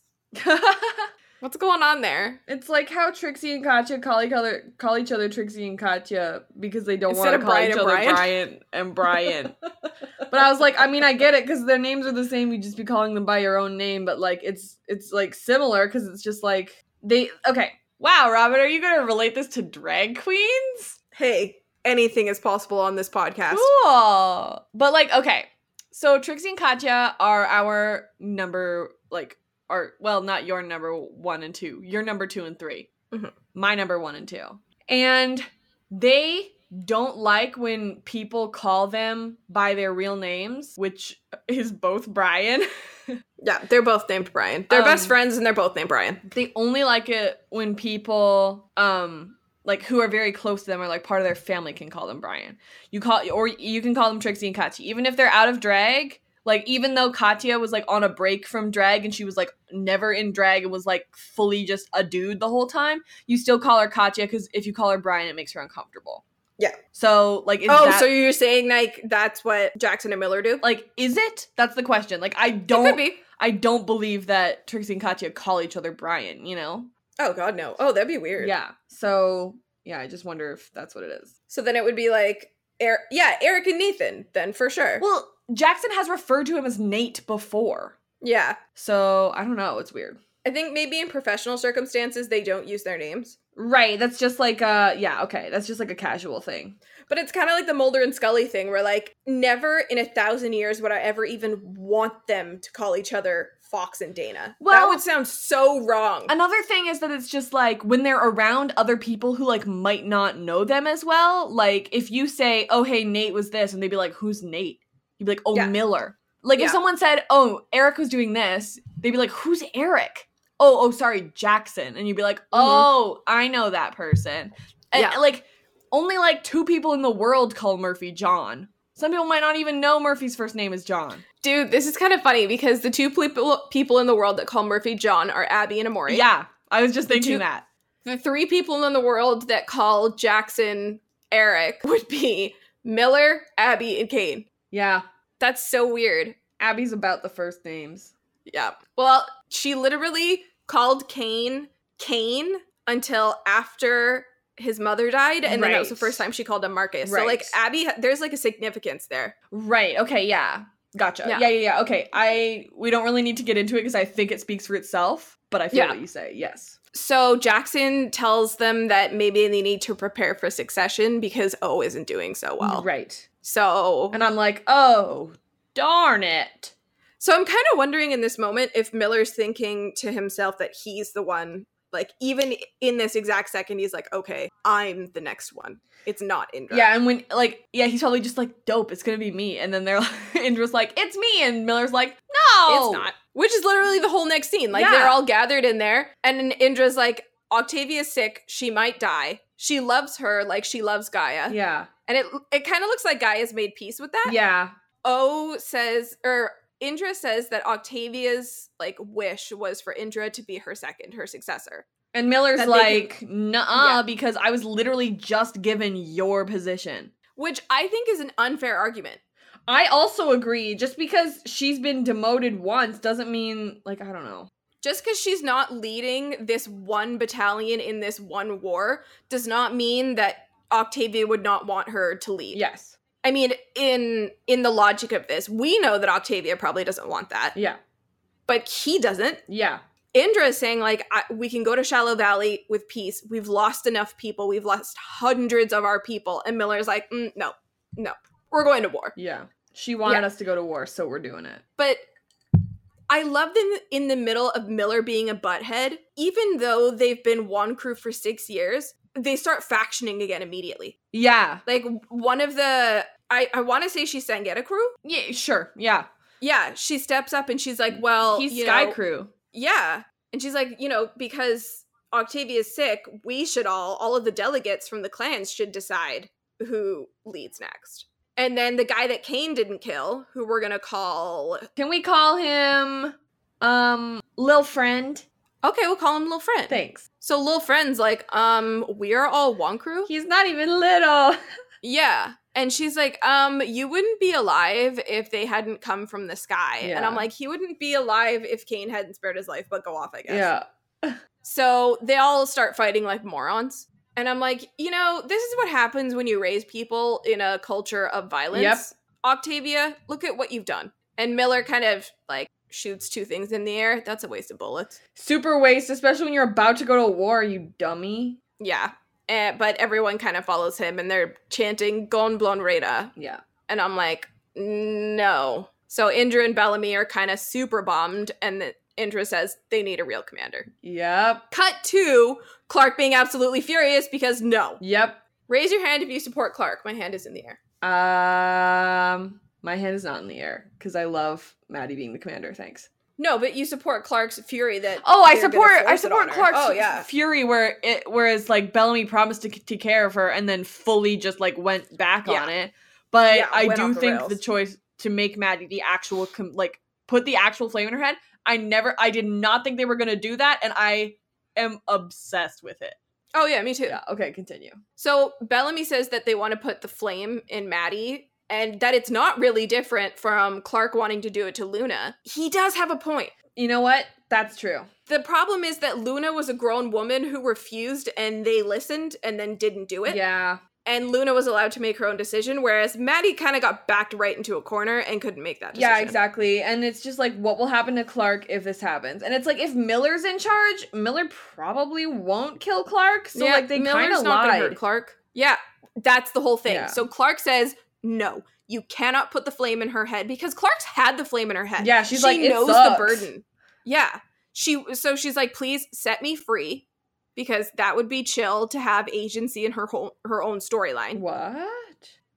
S2: What's going on there?
S1: It's like how Trixie and Katya call each other call each other Trixie and Katya because they don't want to
S2: Instead of
S1: call
S2: Brian
S1: each
S2: and
S1: other
S2: Brian.
S1: Brian and [laughs] Brian. but I was like, I mean, I get it because their names are the same. You just be calling them by your own name, but like it's it's like similar because it's just like they okay. Wow, Robin, are you gonna relate this to drag queens?
S2: Hey, anything is possible on this podcast.
S1: Cool. But like, okay. So Trixie and Katya are our number like are well, not your number one and two. Your number two and 3
S2: Mhm.
S1: My number one and two. And they don't like when people call them by their real names, which is both Brian.
S2: Yeah, they're both named Brian. They're best
S1: Um,
S2: friends, and they're both named Brian.
S1: they only like it when people um like who are very close to them or like part of their family can call them Brian. You call or you can call them Trixie and Katya. Even if they're out of drag, like even though Katya was like on a break from drag and she was like never in drag and was like fully just a dude the whole time, you still call her Katya because if you call her Brian, it makes her uncomfortable.
S2: Yeah.
S1: So like is
S2: oh,
S1: that-
S2: so you're saying like that's what Jackson and Miller do?
S1: like is it? That's the question. Like I
S2: it could
S1: don't
S2: be.
S1: I don't believe that Trixie and Katya call each other Brian, you know?
S2: Oh God, no. Oh, that'd be weird.
S1: Yeah. So yeah, I just wonder if that's what it is.
S2: So then it would be like, Eric. yeah, Eric and Nathan, then for sure.
S1: Well, Jackson has referred to him as Nate before.
S2: yeah,
S1: So I don't know, it's weird.
S2: I think maybe in professional circumstances they don't use their names,
S1: Right. That's just like uh yeah, okay. That's just like a casual thing.
S2: but it's kind of like the Mulder and Scully thing, where like never in a thousand years would I ever even want them to call each other Fox and Dana. that
S1: Well-
S2: would sound so wrong.
S1: Another thing is that it's just like when they're around other people who like might not know them as well, like if you say, "Oh, hey, Nate was this," and they'd be like, "Who's Nate?" You'd be like, "Oh,
S2: Yeah.
S1: Miller." Like
S2: Yeah.
S1: if someone said, "Oh, Eric was doing this," they'd be like, "Who's Eric?" "Oh, oh, sorry, Jackson." And you'd be like, "Oh, I know that person." And
S2: Yeah.
S1: like only like two people in the world call Murphy John. Some people might not even know Murphy's first name is John.
S2: Dude, this is kind of funny because the two people people in the world that call Murphy John are Abby and Amori.
S1: Yeah, I was just thinking
S2: you-
S1: that.
S2: the three people in the world that call Jackson Eric [laughs] would be Miller, Abby, and Kane.
S1: Yeah,
S2: That's so weird.
S1: Abby's about the first names.
S2: Yeah. Well, she literally called Kane Kane until after his mother died, and then that was the
S1: Right.
S2: first time she called him Marcus. So,
S1: Right.
S2: like, Abby, there's like a significance there.
S1: Right. Okay. Yeah. Gotcha.
S2: Yeah.
S1: Yeah. Yeah. Yeah. Okay. I we don't really need to get into it because I think it speaks for itself. But I feel
S2: Yeah.
S1: what you say. Yes.
S2: So, Jackson tells them that maybe they need to prepare for succession because O isn't doing so well.
S1: Right.
S2: So,
S1: And I'm like, oh, darn it.
S2: so I'm kind of wondering in this moment if Miller's thinking to himself that he's the one. Like, even in this exact second, he's like, okay, I'm the next one. It's not Indra.
S1: Yeah. And when like, yeah, he's probably just like, dope. It's gonna be me. And then they're [laughs] like, Indra's like, it's me. And Miller's like, no,
S2: It's not. Which is literally the whole next scene. Like
S1: Oh. Yeah.
S2: they're all gathered in there, and then Indra's like, Octavia's sick. She might die. She loves her like she loves Gaia.
S1: Yeah.
S2: And it it kind of looks like Gaia's made peace with that.
S1: Yeah.
S2: O says or Indra says that Octavia's like wish was for Indra to be her second, her successor.
S1: And Miller's
S2: That they
S1: like,
S2: can-
S1: nuh-uh,
S2: Yeah.
S1: because I was literally just given your position.
S2: which I think is an unfair argument.
S1: I also agree. Just because she's been demoted once doesn't mean like I don't know.
S2: Just because she's not leading this one battalion in this one war does not mean that Octavia would not want her to lead.
S1: Yes.
S2: I mean, in in the logic of this, we know that Octavia probably doesn't want that,
S1: Yeah.
S2: but he doesn't.
S1: Yeah.
S2: Indra is saying like I, we can go to Shallow Valley with peace. We've lost enough people. We've lost hundreds of our people. And Miller's like, mm, no, no, we're going to war.
S1: Yeah. She wanted
S2: Yeah.
S1: us to go to war, so we're doing it.
S2: But I love them in the middle of Miller being a butthead. Even though they've been one crew for six years, they start factioning again immediately.
S1: Yeah.
S2: Like one of the I I want to say she's Sangeta crew.
S1: Yeah. Sure. Yeah.
S2: Yeah, she steps up and she's like, well,
S1: He's
S2: you
S1: Sky
S2: know,
S1: Crew.
S2: Yeah. And she's like, you know, because Octavia's sick, we should all, all of the delegates from the clans should decide who leads next. And then the guy that Kane didn't kill, who we're going to call.
S1: Can we call him um Lil Friend?
S2: Okay, we'll call him Lil Friend.
S1: Thanks.
S2: So Lil Friend's like, um, we are all one crew?
S1: He's not even little. [laughs]
S2: Yeah. And she's like, um, you wouldn't be alive if they hadn't come from the sky. And I'm
S1: Yeah.
S2: like, he wouldn't be alive if Kane hadn't spared his life, but go off, I guess. So they all start fighting like morons. And I'm like, you know, this is what happens when you raise people in a culture of violence.
S1: Yep.
S2: Octavia, look at what you've done. And Miller kind of like shoots two things in the air. That's a waste of bullets.
S1: Super waste, especially when you're about to go to war, you dummy.
S2: Yeah. Eh, but everyone kind of follows him and they're chanting Gon Blon Reda.
S1: Yeah.
S2: And I'm like, no. So Indra and Bellamy are kind of super bummed. And the, Indra says they need a real commander.
S1: Yep.
S2: Cut to Clark being absolutely furious because no.
S1: Yep.
S2: Raise your hand if you support Clark. My hand is in the air.
S1: Um, my hand is not in the air because I love Maddie being the commander. Thanks.
S2: No, but you support Clark's fury that.
S1: Oh, I
S2: they're gonna
S1: support I
S2: force it on
S1: support
S2: her.
S1: Clark's
S2: Oh yeah,
S1: fury where it whereas like Bellamy promised to, c- to care of her and then fully just like went back
S2: Yeah.
S1: on it. But
S2: Yeah,
S1: I
S2: went
S1: do
S2: off the
S1: think the
S2: rails.
S1: choice to make Maddie the actual com- like put the actual flame in her head. I never I did not think they were going to do that and I am obsessed with it.
S2: oh yeah, me too.
S1: Yeah, okay, continue.
S2: So Bellamy says that they want to put the flame in Maddie, and that it's not really different from Clark wanting to do it to Luna. He does have a point.
S1: You know what? That's true.
S2: The problem is that Luna was a grown woman who refused, and they listened and then didn't do it.
S1: Yeah.
S2: And Luna was allowed to make her own decision, whereas Maddie kind of got backed right into a corner and couldn't make that decision.
S1: Yeah, exactly. And it's just like, what will happen to Clark if this happens? And it's like, if Miller's in charge, Miller probably won't kill Clark. So like, they kind of
S2: gonna
S1: lied.
S2: hurt Clark. Yeah, that's the whole thing.
S1: Yeah.
S2: So Clark says, "No, you cannot put the flame in her head because Clark's had the flame in her head.
S1: Yeah, she's
S2: she
S1: like, "It
S2: knows the
S1: sucks."
S2: burden. Yeah, she. So she's like, please set me free because that would be chill to have agency in her whole her own storyline.
S1: What?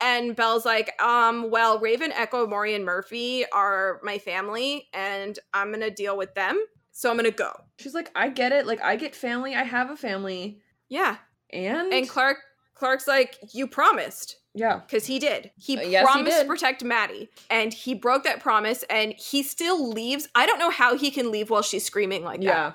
S2: And Belle's like, um, well, Raven, Echo, Maury, and Murphy are my family, and I'm gonna deal with them. So I'm gonna go.
S1: She's like, I get it. Like, I get family. I have a family.
S2: Yeah.
S1: And
S2: And Clark, Clark's like, you promised.
S1: yeah,
S2: because he did. He
S1: Uh, yes, he
S2: promised
S1: did.
S2: to protect Maddie, and he broke that promise, and he still leaves. I don't know how he can leave while she's screaming like that.
S1: yeah,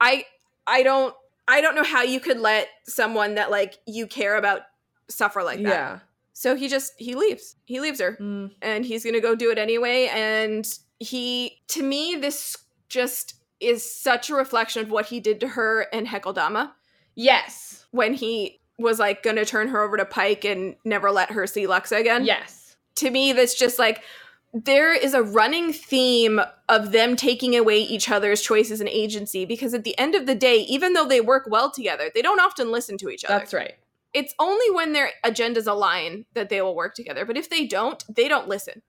S2: I I don't I don't know how you could let someone that like you care about suffer like that.
S1: yeah.
S2: So he just he leaves. He leaves her,
S1: Mm.
S2: and he's gonna go do it anyway. And he to me this just is such a reflection of what he did to her and Hekeldama
S1: Yes,
S2: when he was like gonna turn her over to Pike and never let her see Luxa again
S1: yes,
S2: to me that's just like there is a running theme of them taking away each other's choices and agency because at the end of the day even though they work well together they don't often listen to each other
S1: that's right.
S2: it's only when their agendas align that they will work together but if they don't they don't listen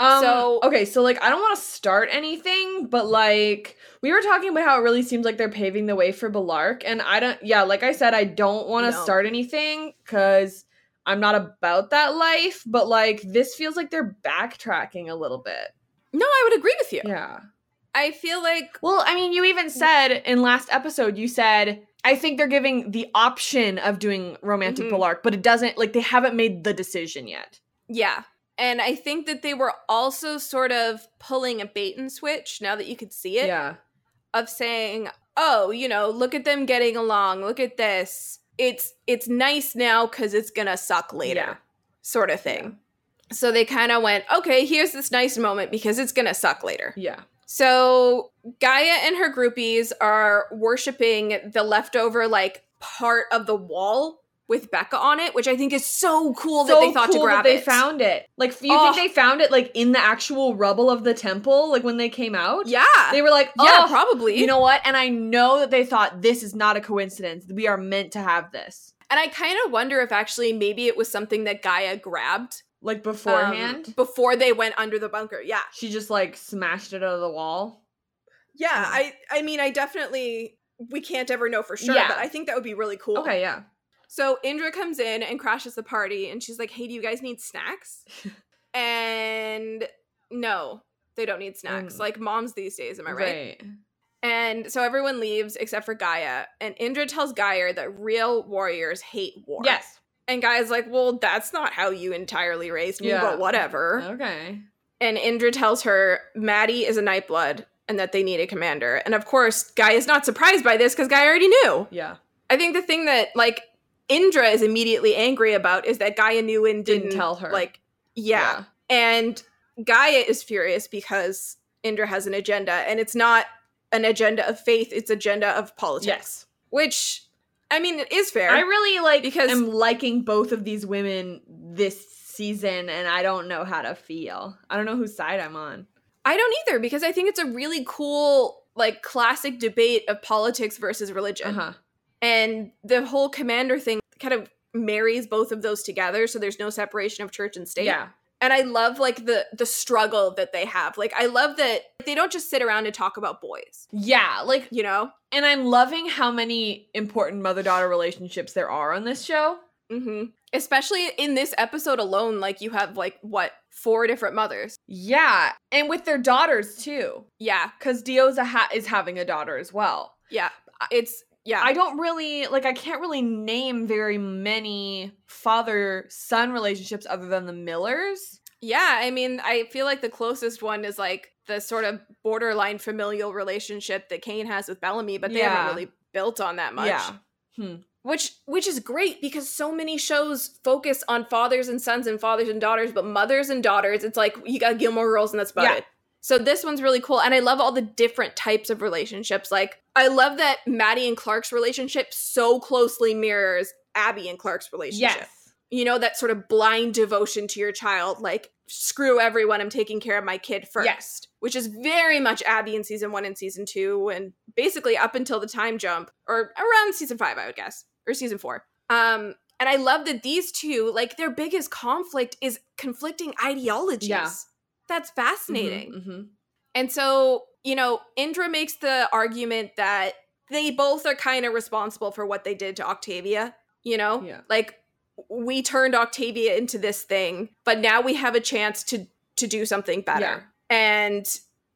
S1: Um,
S2: So-
S1: okay, so like I don't want to start anything, but like we were talking about how it really seems like they're paving the way for Balark, and I don't. Yeah, like I said, I don't want to
S2: No.
S1: start anything because I'm not about that life. But like this feels like they're backtracking a little bit.
S2: no i would agree with you
S1: Yeah.
S2: i feel like
S1: Well, I mean, you even said in last episode, you said I think they're giving the option of doing romantic
S2: Mhm.
S1: Balark, but it doesn't like they haven't made the decision yet.
S2: yeah and i think that they were also sort of pulling a bait and switch now that you could see it
S1: yeah.
S2: of saying, "Oh, you know, look at them getting along. Look at this. It's it's nice now cuz it's going to suck later."
S1: Yeah.
S2: sort of thing. So they kind of went, okay, here's this nice moment because it's going to suck later.
S1: Yeah.
S2: So Gaia and her groupies are worshiping the leftover, like, part of the wall with Becca on it, which I think is so cool that they thought to grab
S1: they
S2: it.
S1: found it. Like you
S2: Oh.
S1: think they found it like in the actual rubble of the temple, like when they came out?
S2: yeah.
S1: They were like, oh,
S2: yeah, probably.
S1: you know what? And I know that they thought this is not a coincidence. We are meant to have this.
S2: and I kind of wonder if actually maybe it was something that Gaia grabbed
S1: Like
S2: um,
S1: beforehand,
S2: before they went under the bunker. Yeah.
S1: she just like smashed it out of the wall.
S2: Yeah,
S1: Mm-hmm.
S2: I I mean I definitely we can't ever know for sure,
S1: Yeah.
S2: but I think that would be really cool.
S1: Okay, yeah.
S2: So Indra comes in and crashes the party and she's like, "Hey, do you guys
S1: [laughs]
S2: need snacks?" and no, they don't need snacks.
S1: Mm.
S2: Like moms these days, am I right? And so everyone leaves except for Gaia, and Indra tells Gaia that real warriors hate war.
S1: Yes.
S2: And Gaia's like, "Well, that's not how you entirely raised me,
S1: Yeah.
S2: but whatever."
S1: Okay.
S2: And Indra tells her Maddie is a Nightblood and that they need a commander. And of course, Guy is not surprised by this because Guy already knew.
S1: Yeah.
S2: I think the thing that like Indra is immediately angry about is that Gaia knew and
S1: Didn't
S2: didn't,
S1: tell her.
S2: Like, yeah. And Gaia is furious because Indra has an agenda, and it's not an agenda of faith; it's agenda of politics.
S1: Yes.
S2: Which, I mean, it is fair.
S1: I really like
S2: Because-
S1: because I'm liking both of these women this season, and I don't know how to feel. I don't know whose side I'm on.
S2: I don't either because I think it's a really cool, like, classic debate of politics versus religion.
S1: Uh huh.
S2: and the whole commander thing kind of marries both of those together so there's no separation of church and state
S1: Yeah.
S2: and i love like the the struggle that they have like i love that they don't just sit around and talk about boys
S1: Yeah. Like,
S2: you know
S1: and I'm loving how many important mother daughter relationships there are on this show.
S2: hmm especially in this episode alone like you have like what four different mothers
S1: Yeah, and with their daughters too,
S2: yeah
S1: because Dio's a ha- is having a daughter as well.
S2: yeah it's yeah
S1: I don't really like. I can't really name very many father son relationships other than the Millers.
S2: yeah i mean i feel like the closest one is like the sort of borderline familial relationship that kane has with bellamy but they
S1: Yeah.
S2: haven't really built on that much
S1: Yeah. Hmm.
S2: which which is great because so many shows focus on fathers and sons and fathers and daughters but mothers and daughters it's like you got gilmore girls and that's about
S1: Yeah.
S2: it so this one's really cool and i love all the different types of relationships like i love that maddie and clark's relationship so closely mirrors abby and clark's relationship you know that sort of blind devotion to your child like screw everyone i'm taking care of my kid first
S1: Yes.
S2: which is very much abby in season one and season two and basically up until the time jump or around season five i would guess or season four um and i love that these two like their biggest conflict is conflicting ideologies
S1: Yeah.
S2: that's fascinating
S1: Mhm, mhm.
S2: and so, you know, Indra makes the argument that they both are kind of responsible for what they did to Octavia, you know?
S1: Yeah.
S2: Like we turned Octavia into this thing, but now we have a chance to to do something better.
S1: Yeah.
S2: And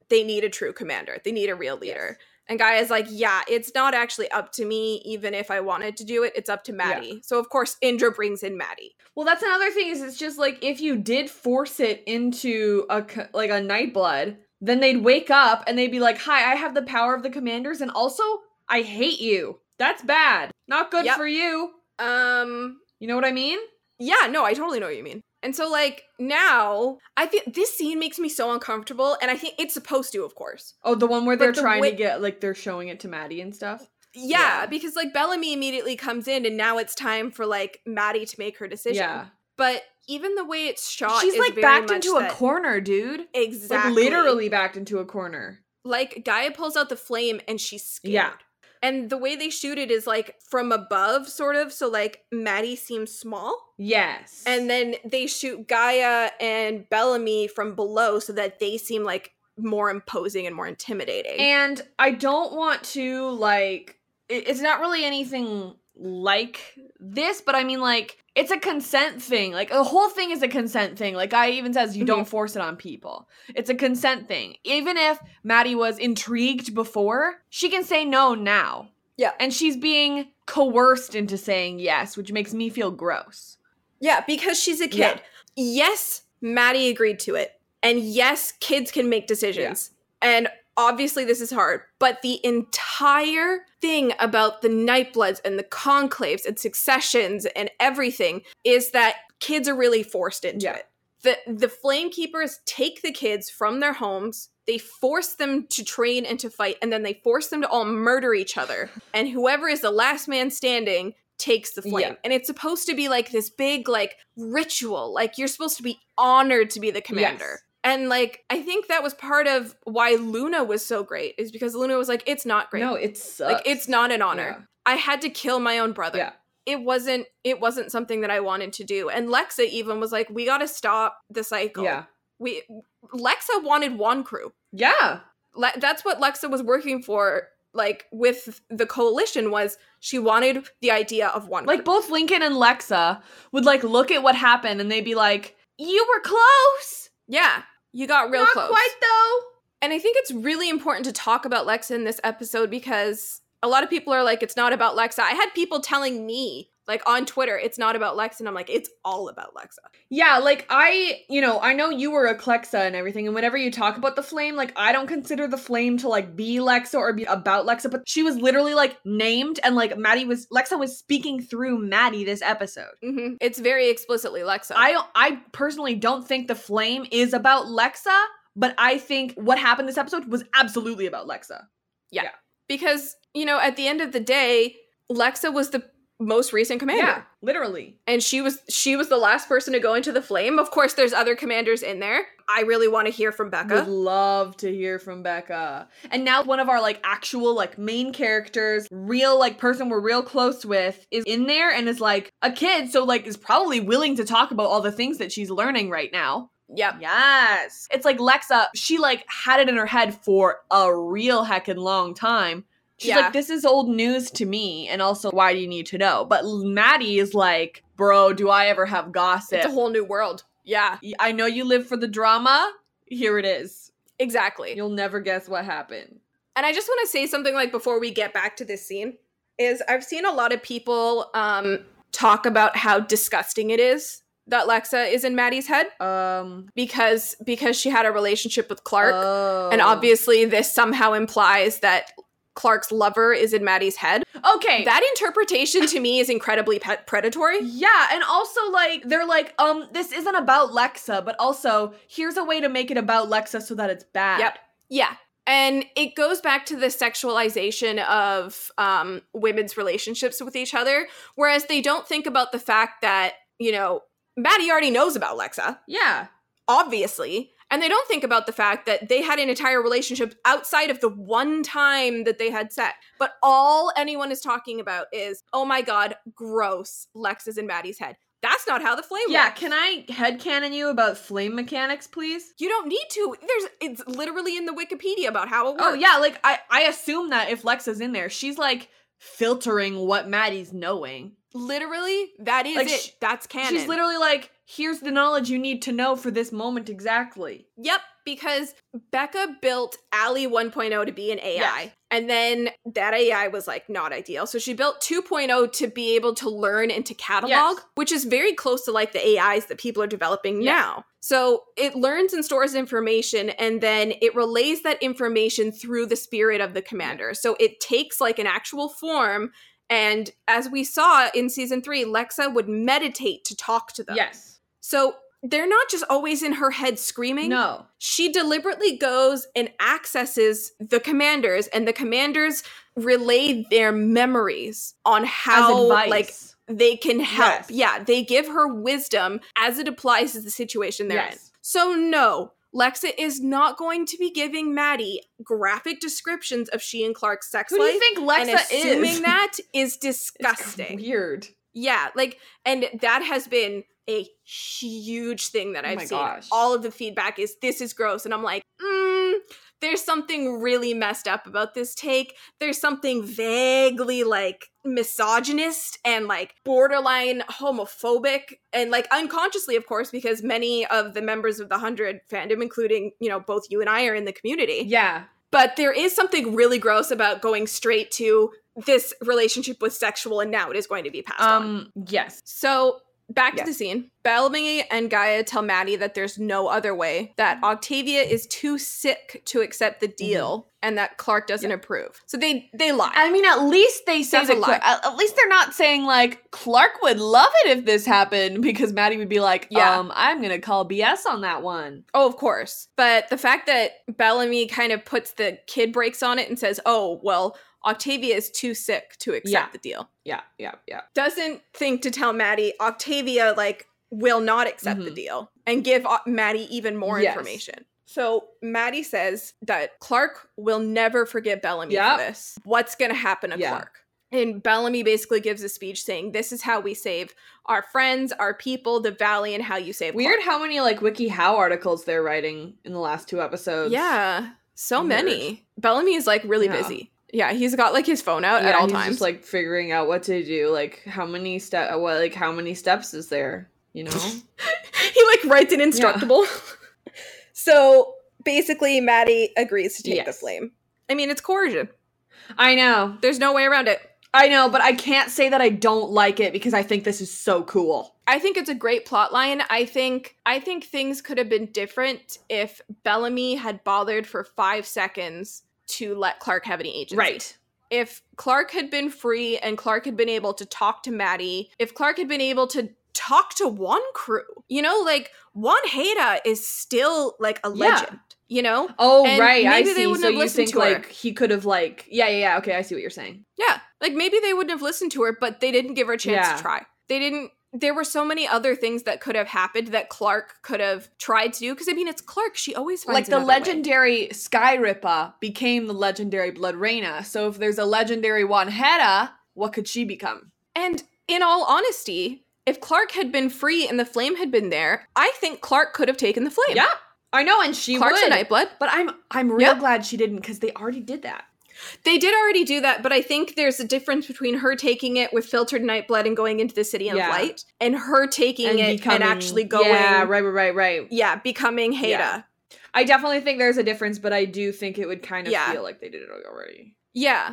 S2: they need a true commander. They need a real leader. And Guy is like, yeah, it's not actually up to me, even if I wanted to do it. It's up to Maddie. So of course Indra brings in Maddie.
S1: Well, that's another thing is it's just like if you did force it into a co- like a nightblood, then they'd wake up and they'd be like, "Hi, I have the power of the commanders, and also I hate you. That's bad. Not good
S2: Yep.
S1: for you."
S2: Um
S1: You know what I mean?
S2: Yeah, no, I totally know what you mean. And so like now, I think this scene makes me so uncomfortable and I think it's supposed to, of course.
S1: Oh, the one where
S2: But
S1: they're
S2: the
S1: trying
S2: way-
S1: to get like they're showing it to Maddie and stuff.
S2: Yeah,
S1: Yeah.
S2: because like Bellamy immediately comes in and now it's time for like Maddie to make her decision.
S1: Yeah,
S2: But even the way it's shot
S1: she's
S2: is
S1: like
S2: very
S1: backed
S2: much
S1: into a
S2: that-
S1: corner, dude.
S2: Exactly.
S1: Like literally backed into a corner.
S2: Like Gaia pulls out the flame and she's scared.
S1: Yeah.
S2: And the way they shoot it is like from above sort of, so like Maddie seems small.
S1: Yes,
S2: And then they shoot Gaia and Bellamy from below so that they seem like more imposing and more intimidating.
S1: And I don't want to like i- it's not really anything like this, but I mean like it's a consent thing. Like the whole thing is a consent thing. Like I even says you don't force it on people. It's a consent thing. Even if Maddie was intrigued before, she can say no now.
S2: Yeah.
S1: And she's being coerced into saying yes, which makes me feel gross.
S2: yeah, because she's a kid.
S1: Yeah.
S2: Yes, Maddie agreed to it. And yes, kids can make decisions. And obviously this is hard, but the entire thing about the Nightbloods and the conclaves and successions and everything is that kids are really forced into
S1: Yeah.
S2: it. The the flame keepers take the kids from their homes, they force them to train and to fight, and then they force them to all murder each other. And whoever is the last man standing takes the flame.
S1: Yeah.
S2: And it's supposed to be like this big like ritual. Like you're supposed to be honored to be the commander.
S1: Yes.
S2: And like I think that was part of why Luna was so great is because Luna was like it's not great.
S1: No, it's
S2: like it's not an honor. I had to kill my own brother.
S1: Yeah.
S2: It wasn't it wasn't something that I wanted to do. And Lexa even was like, "We got to stop the cycle."
S1: Yeah.
S2: We Lexa wanted one crew.
S1: Yeah.
S2: Le- that's what Lexa was working for like with the coalition was she wanted the idea of one
S1: Like
S2: crew.
S1: both Lincoln and Lexa would like look at what happened and they'd be like, "You were close.
S2: Yeah. You got real
S1: not
S2: close.
S1: quite though."
S2: And I think it's really important to talk about Lexa in this episode because a lot of people are like, it's not about Lexa. I had people telling me, like on Twitter, it's not about Lexa. And I'm like, it's all about Lexa.
S1: Yeah, like I, you know, I know you were a Clexa and everything, and whenever you talk about the flame, like I don't consider the flame to like be Lexa or be about Lexa, but she was literally like named and like Maddie was Lexa was speaking through Maddie this episode.
S2: hmm It's very explicitly Lexa.
S1: I don't- I personally don't think the flame is about Lexa, but I think what happened this episode was absolutely about Lexa.
S2: because, you know, at the end of the day, Lexa was the most recent commander.
S1: literally.
S2: And she was she was the last person to go into the flame. Of course, there's other commanders in there. I really want to hear from Becca.
S1: Would love to hear from Becca. And now one of our like actual like main characters, real like person we're real close with is in there and is like a kid, so like is probably willing to talk about all the things that she's learning right now.
S2: Yep.
S1: Yes. It's like Lexa, she like had it in her head for a real heckin' long time. She's
S2: Yeah.
S1: like, this is old news to me, and also why do you need to know? But Maddie is like, bro, do I ever have gossip?
S2: It's a whole new world. Yeah,
S1: I know you live for the drama. Here it is.
S2: exactly.
S1: You'll never guess what happened.
S2: And I just want to say something like before we get back to this scene is I've seen a lot of people um, talk about how disgusting it is that Lexa is in Maddie's head
S1: Um,
S2: because because she had a relationship with Clark,
S1: oh.
S2: and obviously this somehow implies that Clark's lover is in Maddie's head.
S1: okay.
S2: That interpretation to me is incredibly pet- predatory.
S1: yeah, and also like they're like, um, this isn't about Lexa, but also here's a way to make it about Lexa so that it's bad.
S2: Yep. Yeah. And it goes back to the sexualization of um, women's relationships with each other, whereas they don't think about the fact that, you know, Maddie already knows about Lexa,
S1: Yeah.
S2: obviously. And they don't think about the fact that they had an entire relationship outside of the one time that they had sex. But all anyone is talking about is, oh my God, gross, Lex is in Maddie's head. That's not how the flame
S1: Yeah,
S2: works.
S1: can I headcanon you about flame mechanics, please?
S2: you don't need to. There's it's literally in the Wikipedia about how it works.
S1: Oh yeah, like I I assume that if Lexa's in there, she's like filtering what Maddie's knowing.
S2: Literally, that is
S1: Like,
S2: it.
S1: sh-
S2: That's canon.
S1: She's literally like, here's the knowledge you need to know for this moment exactly.
S2: Yep, because Becca built Ally 1.0 to be an AI.
S1: Yes.
S2: And then that AI was like not ideal. So she built 2.0 to be able to learn and to catalog,
S1: Yes.
S2: which is very close to like the AIs that people are developing
S1: Yes.
S2: now. So it learns and stores information and then it relays that information through the spirit of the commander. So it takes like an actual form. And as we saw in season three, Lexa would meditate to talk to them.
S1: Yes.
S2: So they're not just always in her head screaming.
S1: No.
S2: She deliberately goes and accesses the commanders, and the commanders relay their memories on how like they can help.
S1: Yes.
S2: Yeah, they give her wisdom as it applies to the situation they're in.
S1: Yes.
S2: So no, Lexa is not going to be giving Maddie graphic descriptions of she and Clark's sex
S1: who do
S2: life.
S1: you think Lexa
S2: and assuming
S1: is?
S2: that is
S1: [laughs] It's
S2: disgusting.
S1: Weird.
S2: Yeah, like, and that has been a huge thing that
S1: Oh
S2: I've
S1: my
S2: seen.
S1: gosh.
S2: All of the feedback is this is gross, and I'm like, mm, there's something really messed up about this take. There's something vaguely like misogynist and like borderline homophobic, and like unconsciously, of course, because many of the members of the Hundred fandom, including you know both you and I, are in the community
S1: Yeah.
S2: but there is something really gross about going straight to this relationship was sexual and now it is going to be passed on.
S1: Um. Yes.
S2: So Back
S1: Yes.
S2: to the scene. Bellamy and Gaia tell Maddie that there's no other way, that Octavia is too sick to accept the deal, and that Clark doesn't approve. So they they lie.
S1: I mean, at least they say
S2: That's a
S1: that. Clark, at at least they're not saying like Clark would love it if this happened because Maddie would be like,
S2: Yeah.
S1: um, I'm gonna call BS on that one.
S2: Oh, of course. But the fact that Bellamy kind of puts the kid brakes on it and says, oh, well, Octavia is too sick to accept
S1: Yeah.
S2: the deal.
S1: Yeah, yeah, yeah.
S2: Doesn't think to tell Maddie, Octavia, like, will not accept the
S1: Mhm.
S2: deal and give O- Maddie even more
S1: Yes.
S2: information. So Maddie says that Clark will never forgive Bellamy
S1: Yep.
S2: for this. What's going to happen to
S1: Yeah.
S2: Clark? And Bellamy basically gives a speech saying, This is how we save our friends, our people, the valley, and how you save Clark."
S1: Weird how many like Wiki How articles they're writing in the last two episodes.
S2: Yeah, so
S1: Weird.
S2: many. Bellamy is like really
S1: Yeah.
S2: busy. Yeah, he's got like his phone out
S1: Yeah,
S2: at all
S1: he's
S2: times.
S1: just like figuring out what to do. Like how many step, what like how many steps is there? You know. [laughs]
S2: [laughs] he like writes an instructable. [laughs] so basically, Maddie agrees to take the
S1: Yes.
S2: flame. I mean, it's coercion.
S1: I know,
S2: There's no way around it.
S1: I know, but I can't say that I don't like it because I think this is so cool.
S2: I think it's a great plot line. I think I think things could have been different if Bellamy had bothered for five seconds to let Clark have any agency. if Clark had been free and Clark had been able to talk to Maddie, if Clark had been able to talk to one crew, you know, like Juan Heda is still like a
S1: Yeah.
S2: legend, you know?
S1: Oh
S2: And
S1: right, I
S2: maybe they
S1: see.
S2: wouldn't
S1: so
S2: have
S1: you
S2: listened
S1: think
S2: to her.
S1: like he could have like yeah yeah yeah okay I see what you're saying.
S2: Yeah. Like maybe they wouldn't have listened to her, but they didn't give her a chance
S1: Yeah.
S2: to try. They didn't. There were so many other things that could have happened that Clark could have tried to do. Because I mean, it's Clark. She always finds
S1: like the
S2: another way.
S1: legendary Sky Ripa became the legendary Blood Reina. So if there's a legendary Wanheda, what could she become?
S2: And in all honesty, if Clark had been free and the flame had been there, I think Clark could have taken the flame.
S1: Yeah, I know, and she
S2: Clark's
S1: would.
S2: a nightblood.
S1: but I'm I'm real
S2: Yeah.
S1: glad she didn't because they already did that.
S2: They did already do that, but I think there's a difference between her taking it with filtered nightblood and going into the city of
S1: Yeah.
S2: light, and her taking it and actually going,
S1: Yeah, right, right, right, right.
S2: yeah, becoming Heda.
S1: Yeah.
S2: Yeah.
S1: I definitely think there's a difference, but I do think it would kind of
S2: Yeah.
S1: feel like they did it already.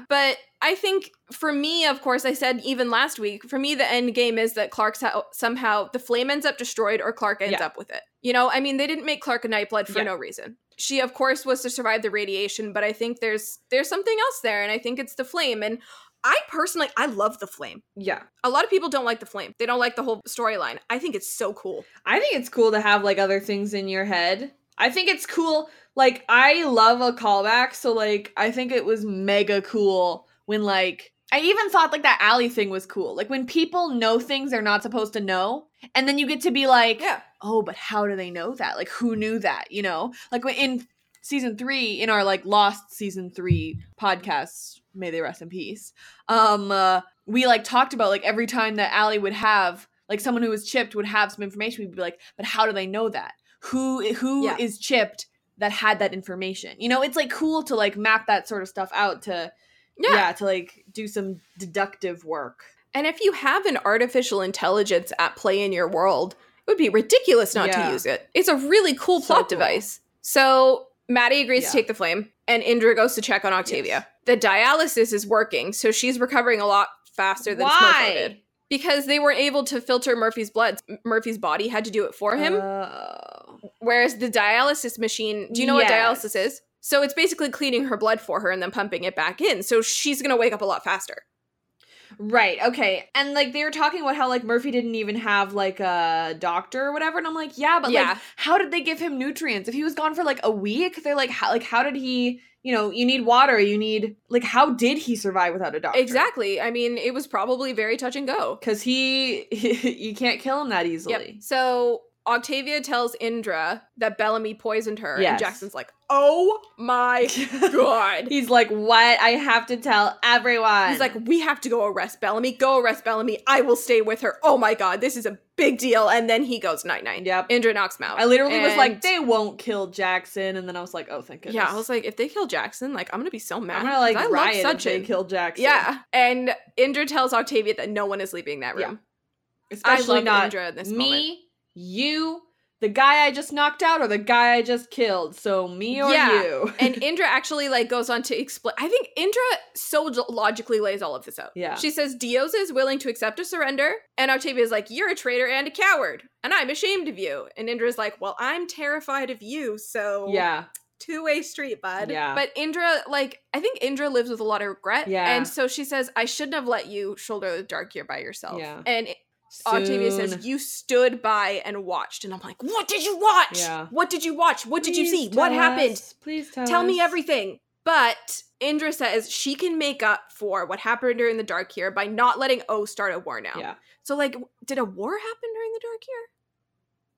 S2: but I think for me, of course, I said even last week, for me, the end game is that Clark's ho- somehow the flame ends up destroyed or Clark ends
S1: Yeah.
S2: up with it. You know, I mean, they didn't make Clark a nightblood for
S1: Yeah.
S2: no reason. She, of course, was to survive the radiation, but I think there's there's something else there, and I think it's the flame. And I personally, I love the flame.
S1: Yeah.
S2: A lot of people don't like the flame. They don't like the whole storyline. I think it's so cool.
S1: I think it's cool to have like other things in your head. I think it's cool. Like I love a callback, so like I think it was mega cool when like I even thought like that alley thing was cool. Like when people know things they're not supposed to know, and then you get to be like,
S2: Yeah.
S1: oh, but how do they know that? Like who
S2: Mm.
S1: knew that? You know, like when in season three in our like lost season three podcast, may they rest in peace. Um, uh, we like talked about like every time that Allie would have like someone who was chipped would have some information. We'd be like, but how do they know that? Who who
S2: Yeah.
S1: is chipped that had that information? You know, it's like cool to like map that sort of stuff out to yeah, to like do some deductive work.
S2: And if you have an artificial intelligence at play in your world, it would be ridiculous not
S1: Yeah.
S2: to use it. It's a really cool
S1: So
S2: plot
S1: cool.
S2: device. So Maddie agrees
S1: Yeah.
S2: to take the flame, and Indra goes to check on Octavia. The dialysis is working, so she's recovering a lot faster than Smurfo did. Because they weren't able to filter Murphy's blood. M- Murphy's body had to do it for him.
S1: Uh,
S2: Whereas the dialysis machine, do you know
S1: Yes.
S2: what dialysis is? So it's basically cleaning her blood for her and then pumping it back in. So she's gonna wake up a lot faster.
S1: Right. Okay. And like they were talking about how like Murphy didn't even have like a doctor or whatever, and I'm like, yeah, but like
S2: Yeah.
S1: how did they give him nutrients if he was gone for like a week? They're like, how like how did he? You know, you need water. You need like how did he survive without a doctor?
S2: Exactly. I mean, it was probably very touch and go.
S1: Because he, [laughs] you can't kill him that easily.
S2: Yep. So Octavia tells Indra that Bellamy poisoned her,
S1: Yes.
S2: and Jackson's like, "Oh
S1: [laughs]
S2: my god."
S1: He's like, what? I have to tell everyone.
S2: He's like, we have to go arrest Bellamy. Go arrest Bellamy. I will stay with her. Oh my god, this is a big deal. And then he goes night night.
S1: Yep.
S2: Indra knocks him out.
S1: I literally was like,
S2: And-
S1: they won't kill Jackson, and then I was like, oh, thank goodness.
S2: Yeah, I was like, if they kill Jackson, like I'm gonna be so mad.
S1: I'm gonna like
S2: 'cause I
S1: riot
S2: love
S1: if they
S2: Sachin.
S1: kill Jackson.
S2: Yeah, and Indra tells Octavia that no one is leaving that
S1: Yeah.
S2: room. I
S1: especially
S2: love
S1: not
S2: Indra in this
S1: me,
S2: moment.
S1: you, the guy I just knocked out or the guy I just killed. So me or
S2: Yeah.
S1: you.
S2: and Indra actually like goes on to explain. I think Indra so j- logically lays all of this out.
S1: Yeah.
S2: she says Dioza is willing to accept a surrender, and Octavia is like, "You're a traitor and a coward, and I'm ashamed of you." And Indra's like, "Well, I'm terrified of you,
S1: [laughs]
S2: so
S1: yeah.
S2: two way street, bud."
S1: Yeah.
S2: But Indra, like, I think Indra lives with a lot of regret.
S1: Yeah.
S2: and so she says, "I shouldn't have let you shoulder the dark year by yourself."
S1: Yeah.
S2: and Octavia
S1: Soon.
S2: says, You stood by and watched. And I'm like, What did you watch?
S1: Yeah.
S2: What did you watch? What did you see?
S1: Please
S2: What
S1: tell
S2: happened?
S1: us. Please tell
S2: Tell me
S1: us.
S2: everything. But Indra says she can make up for what happened during the dark year by not letting O start a war now.
S1: Yeah.
S2: So, like, w- did a war happen during the dark year?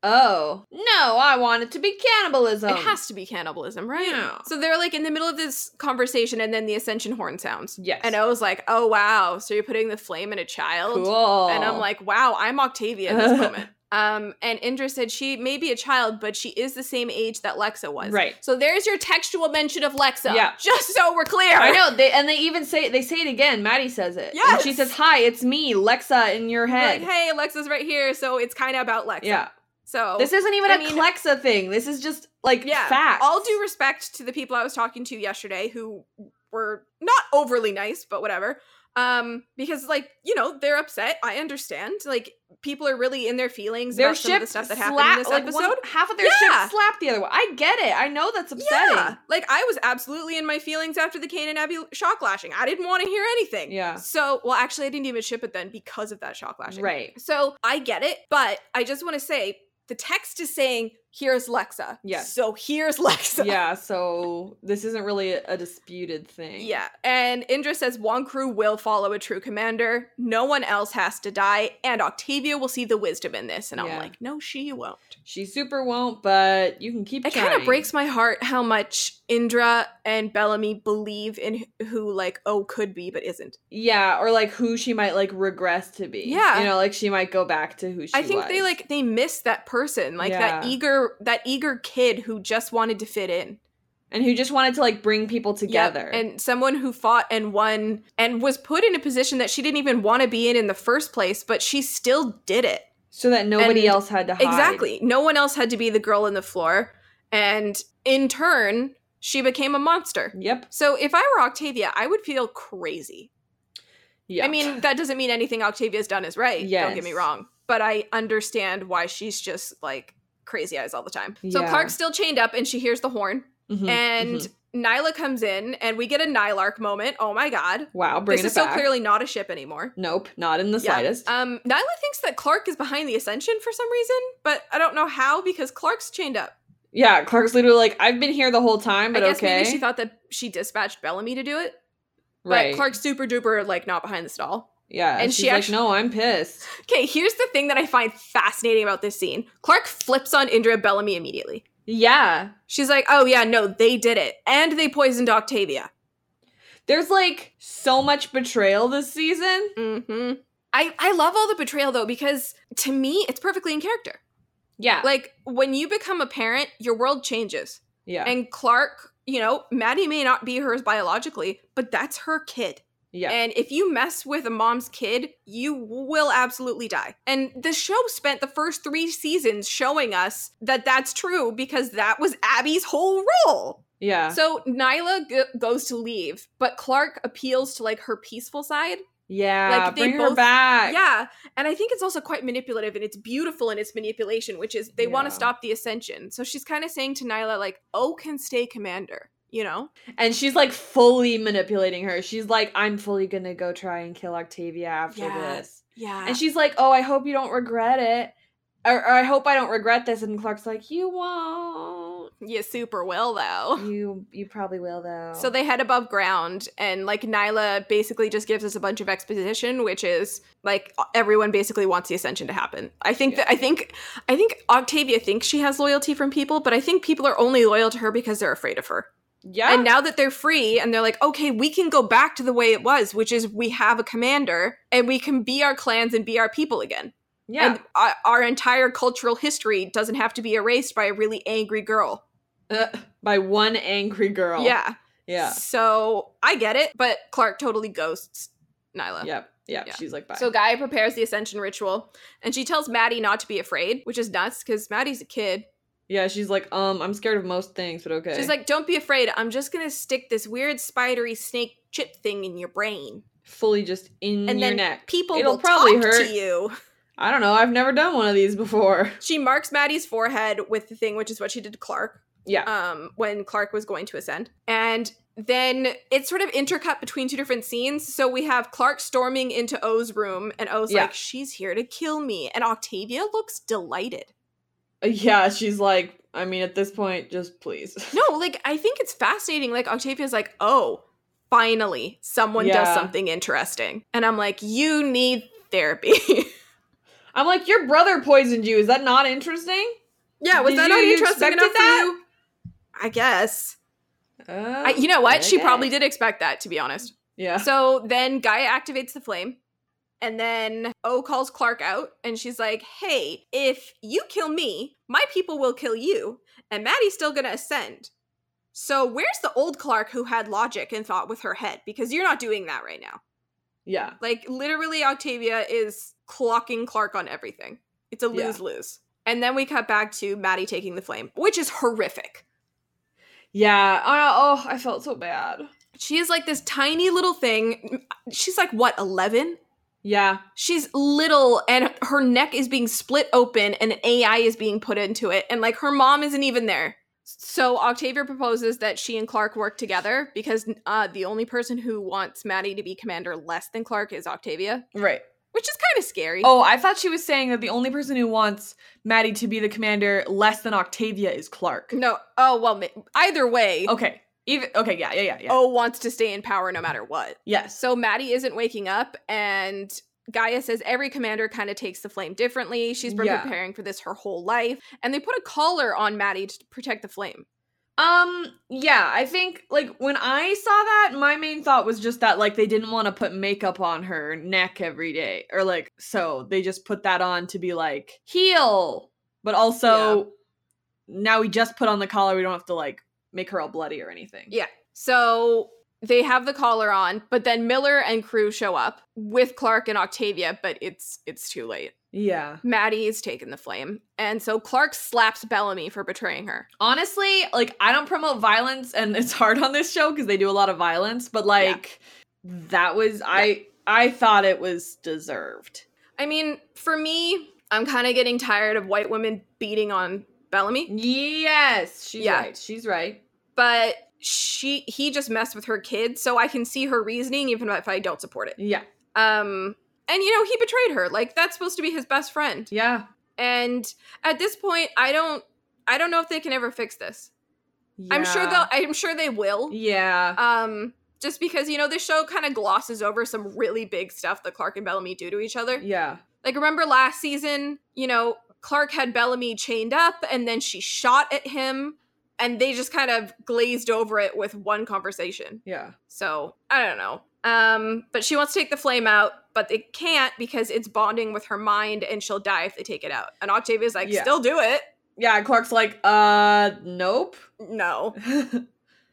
S1: Oh. No, I want it to be cannibalism.
S2: it has to be cannibalism, right?
S1: Um, yeah.
S2: So they're like in the middle of this conversation, and then the ascension horn sounds.
S1: Yes.
S2: And O's like, "Oh wow, so you're putting the flame in a child."
S1: Cool.
S2: And I'm like, wow, I'm Octavia
S1: [laughs]
S2: in this moment. Um, and Indra said she may be a child, but she is the same age that Lexa was.
S1: Right.
S2: So there's your textual mention of Lexa.
S1: Yeah.
S2: Just so we're clear.
S1: I know they and they even say they say it again. Maddie says it. And she
S2: Yes!
S1: says, "Hi, it's me, Lexa, in your
S2: We're
S1: head."
S2: Like, hey, Lexa's right here, so it's kind of about Lexa.
S1: yeah,
S2: So
S1: this isn't even a
S2: I mean-
S1: Clexa thing. This is just like
S2: yeah.
S1: facts.
S2: All due respect to the people I was talking to yesterday who were not overly nice, but whatever. Um, because like you know they're upset. I understand. Like people are really in their feelings
S1: their
S2: about some
S1: ship
S2: of the stuff that happened
S1: slap-
S2: in this
S1: like,
S2: episode.
S1: one- half of their
S2: Yeah.
S1: ship slapped the other one. I get it. I know that's
S2: Yeah.
S1: upsetting.
S2: Like I was absolutely in my feelings after the Kane and Abby shock lashing. I didn't want to hear anything.
S1: Yeah.
S2: So, well, actually, I didn't even ship it then because of that shock lashing.
S1: Right.
S2: So I get it, but I just want to say the text is saying, "Here's Lexa."
S1: Yes.
S2: [laughs] So here's [laughs] Lexa.
S1: yeah. So this isn't really a, a disputed thing.
S2: Yeah. And Indra says one crew will follow a true commander. No one else has to die. And Octavia will see the wisdom in this. And I'm
S1: Yeah.
S2: like, no, she won't.
S1: She super won't, but you can keep.
S2: It kind
S1: trying.
S2: of breaks my heart how much Indra and Bellamy believe in wh- who, like, oh, could be but isn't.
S1: Yeah, or like who she might like regress to be.
S2: Yeah.
S1: you know, like she might go back to who she.
S2: I think they
S1: was.
S2: like they miss that person, like that
S1: Yeah.
S2: eager that eager kid who just wanted to fit in
S1: and who just wanted to like bring people
S2: Yep,
S1: together.
S2: and someone who fought and won and was put in a position that she didn't even want to be in in the first place, but she still did it.
S1: so that nobody
S2: and-
S1: else had to hide.
S2: Exactly. No one else had to be the girl on the floor, and in turn, she became a monster.
S1: Yep.
S2: So if I were Octavia, I would feel crazy.
S1: Yeah.
S2: I mean, that doesn't mean anything Octavia's done is right. Don't get me
S1: Yes.
S2: wrong. But I understand why she's just like crazy eyes all the time. So
S1: Yeah.
S2: Clark's still chained up and she hears the horn.
S1: Mhm,
S2: and
S1: mhm.
S2: Nyla comes in and we get a Nylark moment. Oh my God.
S1: Mm-hmm. wow, bringing
S2: this is
S1: it
S2: so
S1: back.
S2: clearly not a ship anymore.
S1: Nope, not in the
S2: Yeah.
S1: slightest.
S2: Um, Nyla thinks that Clark is behind the ascension for some reason, but I don't know how because Clark's chained up.
S1: yeah, Clark's literally like, I've been here the whole time, but
S2: I guess
S1: okay.
S2: maybe she thought that she dispatched Bellamy to do it, but
S1: right.
S2: Clark's super duper like not behind this at all.
S1: yeah,
S2: and
S1: she's
S2: she
S1: like,
S2: actu-
S1: no, I'm pissed.
S2: Okay, here's the thing that I find fascinating about this scene. Clark flips on Indra Bellamy immediately.
S1: Yeah.
S2: She's like, "Oh yeah, no, they did it, and they poisoned Octavia."
S1: There's like so much betrayal this season.
S2: hmm I I love all the betrayal though because to me it's perfectly in character.
S1: Yeah.
S2: Like when you become a parent, your world changes,
S1: yeah.
S2: and Clark, you know, Maddie may not be hers biologically, but that's her kid.
S1: yeah.
S2: And if you mess with a mom's kid, you will absolutely die. And the show spent the first three seasons showing us that that's true because that was Abby's whole role.
S1: yeah.
S2: So Nyla g- goes to leave, but Clark appeals to like her peaceful side.
S1: yeah.
S2: like, they
S1: bring her
S2: both-
S1: back.
S2: Yeah. And I think it's also quite manipulative and it's beautiful in its manipulation, which is they want to
S1: Yeah.
S2: stop the ascension. So she's kind of saying to Nyla, like, oh, can stay commander, you know?
S1: And she's like fully manipulating her. She's like, I'm fully gonna go try and kill Octavia after
S2: Yeah.
S1: this.
S2: Yeah.
S1: And she's like, "Oh, I hope you don't regret it." Or, or I hope I don't regret this. And Clark's like, "You won't.
S2: you super will, though.
S1: You you probably will though."
S2: Oh. So they head above ground, and like Nyla basically just gives us a bunch of exposition, which is like everyone basically wants the ascension to happen. I think that I think I think Octavia thinks she has loyalty from people, but I think people are only loyal to her because they're afraid of her.
S1: yeah,
S2: And now that they're free and they're like, okay, we can go back to the way it was, which is we have a commander and we can be our clans and be our people again.
S1: yeah,
S2: And our, our entire cultural history doesn't have to be erased by a really angry girl.
S1: Uh, [laughs] by one angry girl.
S2: Yeah.
S1: yeah,
S2: So I get it, but Clark totally ghosts Nyla.
S1: yep. Yeah,
S2: uh, Yeah.
S1: she's like, bye.
S2: So Gaia prepares the ascension ritual, and she tells Maddie not to be afraid, which is nuts because Maddie's a kid.
S1: yeah, she's like, um, I'm scared of most things, but okay.
S2: She's like, "Don't be afraid. I'm just gonna stick this weird spidery snake chip thing in your brain,
S1: fully just in
S2: and
S1: your
S2: then
S1: neck.
S2: people
S1: It'll
S2: will
S1: probably
S2: talk
S1: hurt.
S2: to you."
S1: I don't know. I've never done one of these before. [laughs]
S2: She marks Maddie's forehead with the thing, which is what she did to Clark
S1: Yeah.
S2: um, when Clark was going to ascend, and then it's sort of intercut between two different scenes. So we have Clark storming into O's room, and O's
S1: Yeah.
S2: like, "She's here to kill me," and Octavia looks delighted. Uh,
S1: [laughs] yeah, she's like, I mean, at this point, just please. [laughs]
S2: No, like I think it's fascinating. Like Octavia's like, oh, finally someone does
S1: Yeah.
S2: something interesting. And I'm like, you need therapy. [laughs]
S1: I'm like, your brother poisoned you. Is that not interesting?
S2: yeah, was
S1: Did
S2: that
S1: you-
S2: not
S1: you
S2: interesting
S1: expected
S2: enough
S1: that?
S2: for you? I guess.
S1: Uh,
S2: I, you know what? She
S1: okay.
S2: probably did expect that, to be honest.
S1: Yeah.
S2: [laughs] So then Gaia activates the flame. And then O calls Clark out and she's like, hey, if you kill me, my people will kill you, and Maddie's still gonna ascend. So where's the old Clark who had logic and thought with her head? Because you're not doing that right now.
S1: yeah.
S2: Like literally, Octavia is clocking Clark on everything. It's a
S1: Yeah.
S2: lose lose. And then we cut back to Maddie taking the flame, which is horrific.
S1: Yeah. Oh, oh, I felt so bad.
S2: She is like this tiny little thing. She's like, what, 11?
S1: Yeah.
S2: She's little and her neck is being split open and an AI is being put into it. And like her mom isn't even there. So Octavia proposes that she and Clark work together because uh, the only person who wants Maddie to be commander less than Clark is Octavia,
S1: Right.
S2: which is kind of scary.
S1: Oh, I thought she was saying that the only person who wants Maddie to be the commander less than Octavia is Clark.
S2: No. Oh well. ma- Either way,
S1: Okay. Even okay, yeah, yeah, Oh, yeah, yeah.
S2: O wants to stay in power no matter what.
S1: yes.
S2: So Maddie isn't waking up, and Gaia says every commander kind of takes the flame differently. She's been
S1: Yeah.
S2: preparing for this her whole life, and they put a collar on Maddie to protect the flame.
S1: Um, yeah, I think like when I saw that, my main thought was just that like they didn't want to put makeup on her neck every day, or like so they just put that on to be like heal, but also now we just put on the collar. We don't have to like make her all bloody or anything.
S2: Yeah. So they have the collar on, but then Miller and crew show up with Clark and Octavia, but it's it's too late.
S1: yeah.
S2: Maddie is taking the flame, and so Clark slaps Bellamy for betraying her.
S1: Honestly, like I don't promote violence, and it's hard on this show because they do a lot of violence. But like that was I I thought it was deserved.
S2: I mean, for me, I'm kind of getting tired of white women beating on Bellamy,
S1: Yes, she's
S2: Yeah.
S1: right. She's right.
S2: but she he just messed with her kids, so I can see her reasoning even if I don't support it.
S1: Yeah.
S2: Um and you know, he betrayed her. Like that's supposed to be his best friend.
S1: Yeah.
S2: And at this point, I don't I don't know if they can ever fix this. I'm sure
S1: Yeah.
S2: they'll I'm sure they will.
S1: Yeah.
S2: Um just because you know this show kind of glosses over some really big stuff that Clark and Bellamy do to each other.
S1: yeah.
S2: Like, remember last season, you know, Clark had Bellamy chained up and then she shot at him, and they just kind of glazed over it with one conversation.
S1: Yeah.
S2: So, I don't know. Um, but she wants to take the flame out, but they can't because it's bonding with her mind and she'll die if they take it out. And Octavia's like,
S1: Yeah.
S2: still do it.
S1: Yeah. Clark's like, uh, nope. [laughs]
S2: No.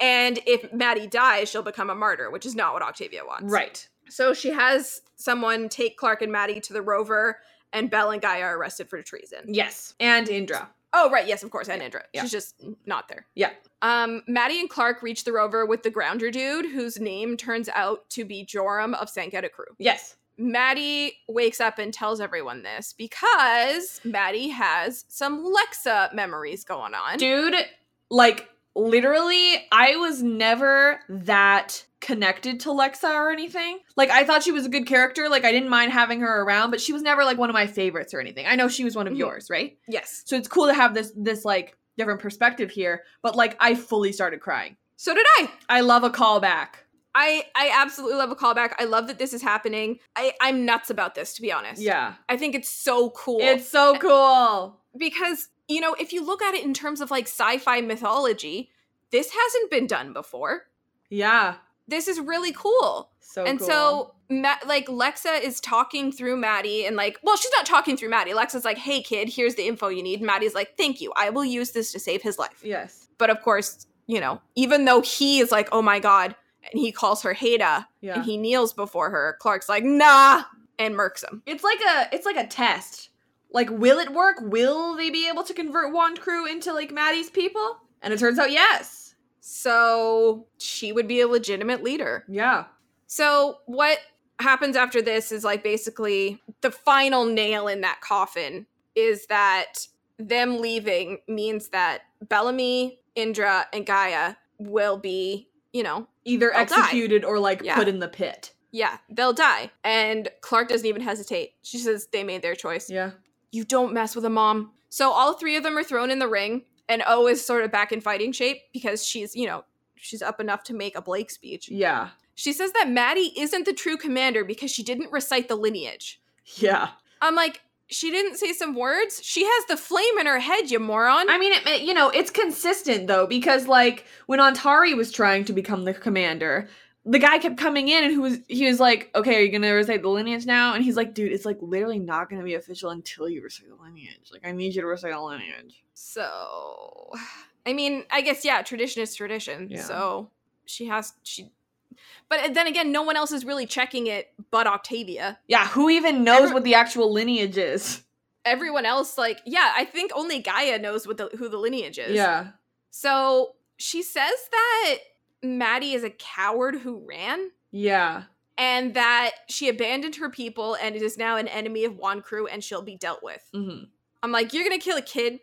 S2: And if Maddie dies, she'll become a martyr, which is not what Octavia wants.
S1: right.
S2: So she has someone take Clark and Maddie to the rover, and Belle and Guy are arrested for treason.
S1: Yes. And Indra.
S2: Oh, right. Yes, of course. And Indra.
S1: yeah.
S2: She's just not there.
S1: Yeah.
S2: Um, Maddie and Clark reach the rover with the grounder dude, whose name turns out to be Joram of Sanketa Crew.
S1: Yes.
S2: Maddie wakes up and tells everyone this because Maddie has some Lexa memories going on.
S1: Dude, like, literally, I was never that connected to Lexa or anything. Like, I thought she was a good character. Like, I didn't mind having her around, but she was never, like, one of my favorites or anything. I know she was one of
S2: Mhm.
S1: yours, right?
S2: Yes.
S1: So it's cool to have this, this, like, different perspective here, but, like, I fully started crying.
S2: So did I.
S1: I love a callback.
S2: I I absolutely love a callback. I love that this is happening. I I'm nuts about this to be honest.
S1: Yeah.
S2: I think it's so cool.
S1: It's so cool.
S2: because you know if you look at it in terms of like sci-fi mythology, this hasn't been done before.
S1: Yeah.
S2: This is really cool.
S1: So
S2: and
S1: cool.
S2: so Ma- like Lexa is talking through Maddie and like well she's not talking through Maddie. Lexa's like, "Hey kid, here's the info you need." And Maddie's like, "Thank you. I will use this to save his life."
S1: Yes.
S2: But of course, you know, even though he is like, "Oh my god," and he calls her Hada
S1: Yeah.
S2: and he kneels before her. Clark's like, nah, and murks him.
S1: It's like a it's like a test. Like, will it work? Will they be able to convert Wand Crew into like Maddie's people? And it turns out yes.
S2: So she would be a legitimate leader.
S1: Yeah.
S2: So what happens after this is like basically the final nail in that coffin is that them leaving means that Bellamy, Indra, and Gaia will be, you know,
S1: Either
S2: I'll die.
S1: executed or like
S2: Yeah.
S1: put in the pit.
S2: yeah, they'll die. And Clark doesn't even hesitate. She says they made their choice.
S1: Yeah.
S2: You don't mess with a mom. So all three of them are thrown in the ring, and O is sort of back in fighting shape because she's, you know, she's up enough to make a Blake speech.
S1: Yeah.
S2: She says that Maddie isn't the true commander because she didn't recite the lineage.
S1: Yeah.
S2: I'm like, she didn't say some words? She has the flame in her head, you moron.
S1: I mean, it, it- you know, it's consistent though because like when Antari was trying to become the commander, the guy kept coming in and who was he was like, "Okay, are you gonna recite the lineage now?" And he's like, "Dude, it's like literally not gonna be official until you recite the lineage. Like, I need you to recite the lineage."
S2: so, I mean, I guess, yeah, tradition is tradition.
S1: Yeah.
S2: So she has, she, but then again, no one else is really checking it but Octavia.
S1: Yeah, who even knows
S2: Every-
S1: what the actual lineage is?
S2: Everyone else, like, yeah, I think only Gaia knows what the, who the lineage is.
S1: Yeah.
S2: So she says that Maddie is a coward who ran.
S1: Yeah.
S2: and that she abandoned her people and is now an enemy of Wan Crew and she'll be dealt with.
S1: Mm-hmm.
S2: I'm like, you're gonna kill a kid,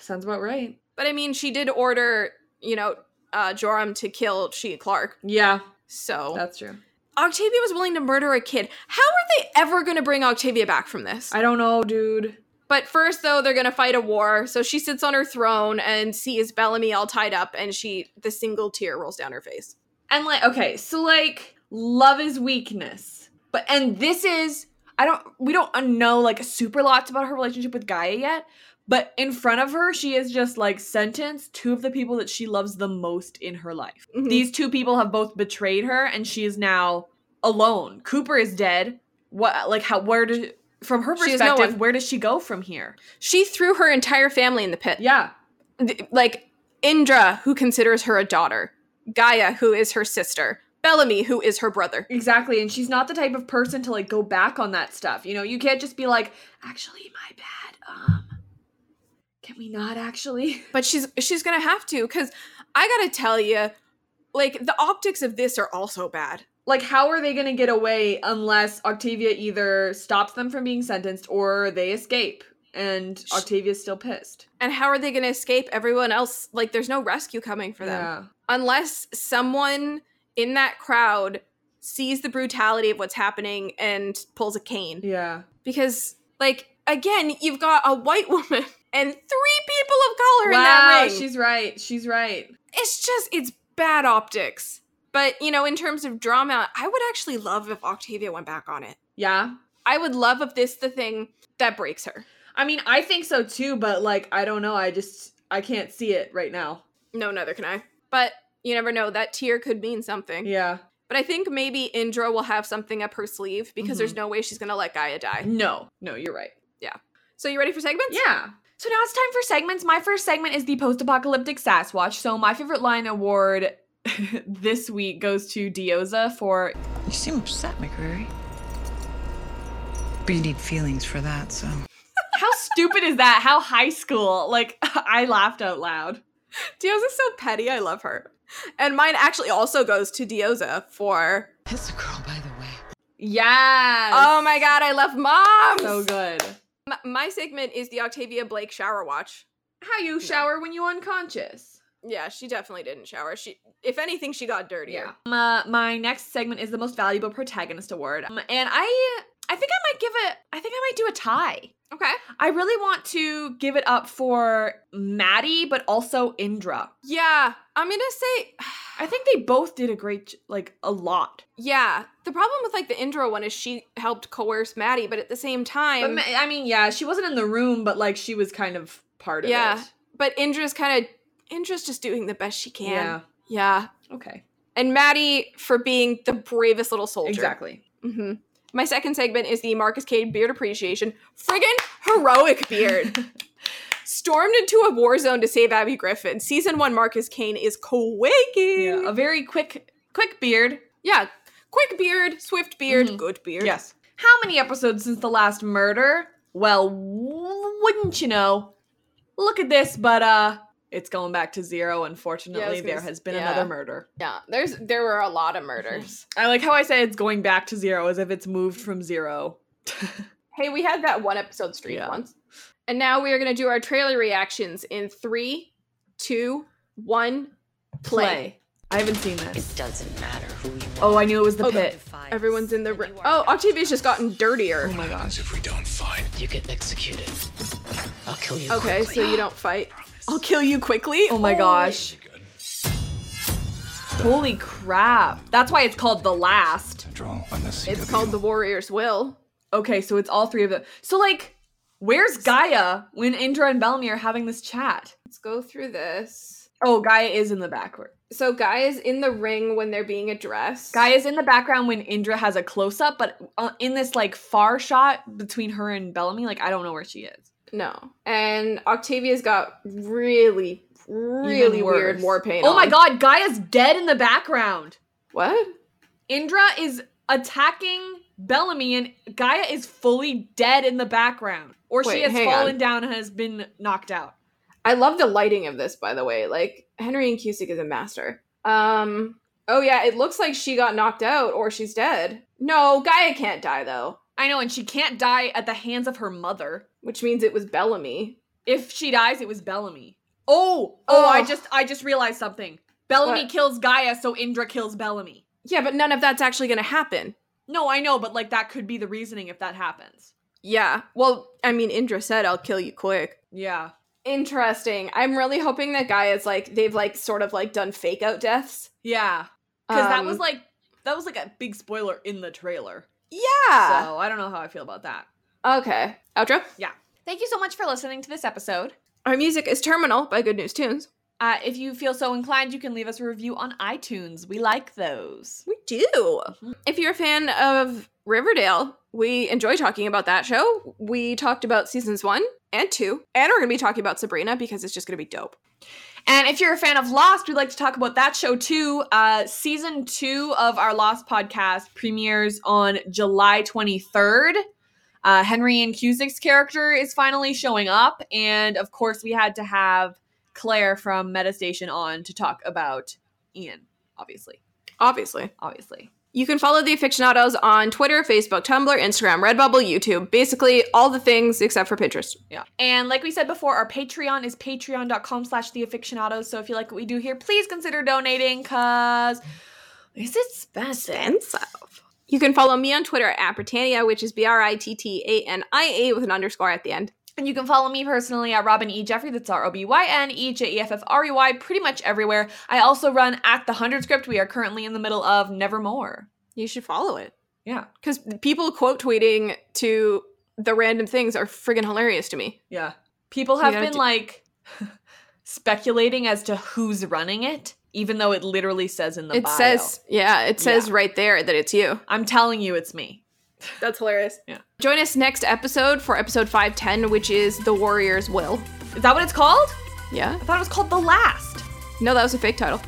S1: Sounds about right.
S2: but I mean, she did order, you know, uh, Joram to kill Shea Clark.
S1: Yeah,
S2: So
S1: that's true.
S2: Octavia was willing to murder a kid. How are they ever gonna bring Octavia back from this?
S1: I don't know, dude.
S2: but first, though, they're gonna fight a war. So she sits on her throne and sees Bellamy all tied up, and she the single tear rolls down her face.
S1: And like, okay, so like, love is weakness, but and this is I don't we don't know like super lots about her relationship with Gaia yet, but in front of her, she is just like sentenced two of the people that she loves the most in her life.
S2: Mhm.
S1: These two people have both betrayed her, and she is now alone. Cooper is dead. What like how where do from her
S2: She has no
S1: perspective
S2: one.
S1: where does she go from here?
S2: She threw her entire family in the pit.
S1: Yeah,
S2: th- like Indra, who considers her a daughter, Gaia, who is her sister, Bellamy, who is her brother.
S1: Exactly, and she's not the type of person to like go back on that stuff. You know, you can't just be like, "Actually, my bad. Um, can we not actually?" [laughs]
S2: But she's she's gonna have to because I gotta tell you, like the optics of this are also bad.
S1: Like, how are they going to get away unless Octavia either stops them from being sentenced or they escape? And
S2: Sh-
S1: Octavia's still pissed.
S2: And how are they gonna escape everyone else? Like there's no rescue coming for them unless someone in that crowd sees the brutality of what's happening and pulls a cane.
S1: Yeah,
S2: Because like again, you've got a white [laughs] woman and three people of color
S1: yeah.
S2: in that
S1: Wow,
S2: ring.
S1: she's right. She's right.
S2: it's just it's bad optics. But you know, in terms of drama, I would actually love if Octavia went back on it.
S1: Yeah,
S2: I would love if this the thing that breaks her.
S1: I mean, I think so too. But like, I don't know. I just I can't see it right now.
S2: No, neither can I. But you never know. That tear could mean something.
S1: Yeah.
S2: But I think maybe Indra will have something up her sleeve because
S1: Mhm.
S2: there's no way she's gonna let Gaia die.
S1: No. No, you're right.
S2: So you ready for segments?
S1: Yeah. So now it's time for segments. My first segment is the post-apocalyptic Sasquatch. So my favorite line award [laughs] this week goes to Dioza for
S6: You seem upset, McCreary. But you need feelings for that, so.
S1: how stupid is that? How high school? Like [laughs] I laughed out loud.
S2: Dioza is so petty. I love her. And mine actually also goes to Dioza for.
S6: That's a girl, by the way.
S1: Yes.
S2: Oh my god, I love moms.
S1: Um, so good.
S2: M- My segment is the Octavia Blake shower watch.
S1: How you shower when you unconscious?
S2: Yeah, she definitely didn't shower. She, if anything, she got dirtier.
S1: Um, uh, my next segment is the most valuable protagonist award. Um, and I I think I might give it I think I might do a tie.
S2: Okay.
S1: I really want to give it up for Maddie, but also Indra.
S2: Yeah, I'm gonna say,
S1: I think they both did a great, j- like, a lot.
S2: yeah. The problem with like the Indra one is she helped coerce Maddie, but at the same time,
S1: But
S2: but,
S1: ma- I mean, yeah, she wasn't in the room, but like she was kind of part of
S2: Yeah,
S1: it.
S2: Indra's kind of Indra's just doing the best she can.
S1: Yeah.
S2: Yeah.
S1: Okay.
S2: and Maddie for being the bravest little soldier.
S1: Exactly.
S2: hmm My second segment is the Marcus Cade beard appreciation. Friggin'
S1: [laughs]
S2: heroic beard. Stormed into a war zone to save Abby Griffin. Season one Marcus Kane is quaking.
S1: Yeah. A very quick Quick beard.
S2: Yeah. Quick beard, swift beard,
S1: Mm-hmm.
S2: good beard.
S1: Yes. How many episodes since the last murder? Well, w- wouldn't you know? Look at this, but uh, it's going back to zero. Unfortunately,
S2: gonna
S1: there
S2: s-
S1: has been
S2: yeah.
S1: another murder.
S2: Yeah. There's there were a lot of
S1: [laughs]
S2: murders.
S1: I like how I say it's going back to zero as if it's moved from zero.
S2: hey, we had that one episode streak
S1: Yeah.
S2: once. And now we are gonna do our trailer reactions in three, two, one, play.
S1: I haven't seen this.
S5: Doesn't matter who you
S1: Oh, I knew it was the pit.
S2: Everyone's in the room. Oh, Octavia's just gotten dirtier.
S1: Oh my gosh.
S7: If we don't fight,
S5: You get executed. I'll kill you.
S2: Okay, so you don't fight.
S1: I'll kill you quickly. Oh my gosh. Holy crap. That's why it's called The Last.
S7: control on the
S2: It's called The Warrior's Will.
S1: Okay, so it's all three of them. So, like, where's Gaia when Indra and Bellamy are having this chat?
S2: Let's go through this.
S1: Oh, Gaia is in the background.
S2: So Guy is in the ring when they're being addressed.
S1: Gaia is in the background when Indra has a close up, but uh, in this, like, far shot between her and Bellamy, like, I don't know where she is.
S2: No. And Octavia's got really, really
S1: Even
S2: weird
S1: worse.
S2: war paint.
S1: Oh my
S2: on.
S1: god, Gaia's dead in the background.
S2: What?
S1: Indra is attacking Bellamy, and Gaia is fully dead in the background, or
S2: Wait,
S1: she has
S2: hang
S1: fallen
S2: on.
S1: down and has been knocked out.
S2: I love the lighting of this, by the way. Like Henry and Cusick is a master. Um oh yeah, it looks like she got knocked out or she's dead. No, Gaia can't die though.
S1: I know, and she can't die at the hands of her mother.
S2: Which means it was Bellamy.
S1: If she dies, it was Bellamy. Oh, oh, I
S2: Ugh.
S1: just, I just realized something. Bellamy
S2: What?
S1: kills Gaia, so Indra kills Bellamy.
S2: Yeah, but none of that's actually gonna happen.
S1: No, I know, but like that could be the reasoning if that happens.
S2: Yeah. Well, I mean Indra said I'll kill you quick.
S1: Yeah.
S2: Interesting. I'm really hoping that Gaia's like they've like sort of like done fake out deaths.
S1: Yeah. Because that
S2: Um,
S1: was like, that was like a big spoiler in the trailer.
S2: Yeah.
S1: So I don't know how I feel about that.
S2: Okay. Outro.
S1: Thank you so much for listening to this episode.
S2: Our music is Terminal by Good News Tunes.
S1: Uh, if you feel so inclined, you can leave us a review on iTunes. We like those.
S2: We do. If you're a fan of Riverdale, we enjoy talking about that show. We talked about seasons one and two, and we're going to be talking about Sabrina because it's just going to be dope.
S1: And if you're a fan of Lost, we'd like to talk about that show too. Uh, season two of our Lost podcast premieres on July 23rd. Uh, Henry and Cusick's character is finally showing up. And of course, we had to have Claire from Metastation on to talk about Ian, obviously.
S2: Obviously.
S1: Obviously.
S2: You can follow the aficionados on Twitter, Facebook, Tumblr, Instagram, Redbubble, YouTube, basically all the things except for Pinterest.
S1: Yeah. And like we said before, our Patreon is patreon.com slash theaficionados. So if you like what we do here, please consider donating because is it expensive?
S2: You can follow me on Twitter at Britannia, which is B R I T T A N I A with an underscore at the end.
S1: And you can follow me personally at Robin E. Jeffrey. That's R O B Y N E J E F F R E Y, pretty much everywhere. I also run at the 100 script. We are currently in the middle of Nevermore.
S2: You should follow it.
S1: Yeah.
S2: Because people quote tweeting to the random things are friggin' hilarious to me.
S1: Yeah. People
S2: We
S1: have
S2: gotta
S1: been
S2: do-
S1: like [laughs] speculating as to who's running it, even though it literally says in the
S2: it
S1: bio.
S2: says, yeah, it says
S1: Yeah.
S2: right there that it's you.
S1: I'm telling you, it's me.
S2: That's hilarious.
S1: Yeah.
S2: Join us next episode for episode 510, which is The Warrior's Will.
S1: Is that what it's called?
S2: Yeah.
S1: I thought it was called The Last.
S2: No, that was a fake title.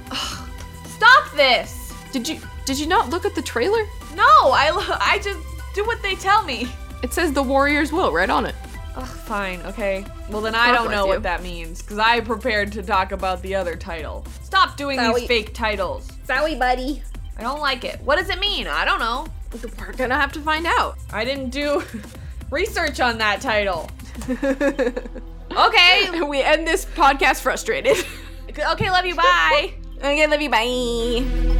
S1: Stop this!
S2: Did you did you not look at the trailer?
S1: No, I, lo- I just do what they tell me. [laughs]
S2: It says The Warrior's Will right on it.
S1: Ugh, fine, okay. Well, then I
S2: God
S1: don't know
S2: bless you.
S1: what that means, because I prepared to talk about the other title. Stop doing these
S2: Sorry.
S1: fake titles.
S4: Sorry, buddy.
S1: I don't like it. What does it mean? I don't know.
S2: We're gonna have to find out.
S1: I didn't do [laughs] research on that title. [laughs] Okay.
S2: [laughs] [laughs] we [laughs] end this podcast frustrated.
S1: Okay, love you. Bye.
S2: okay, love you. Bye.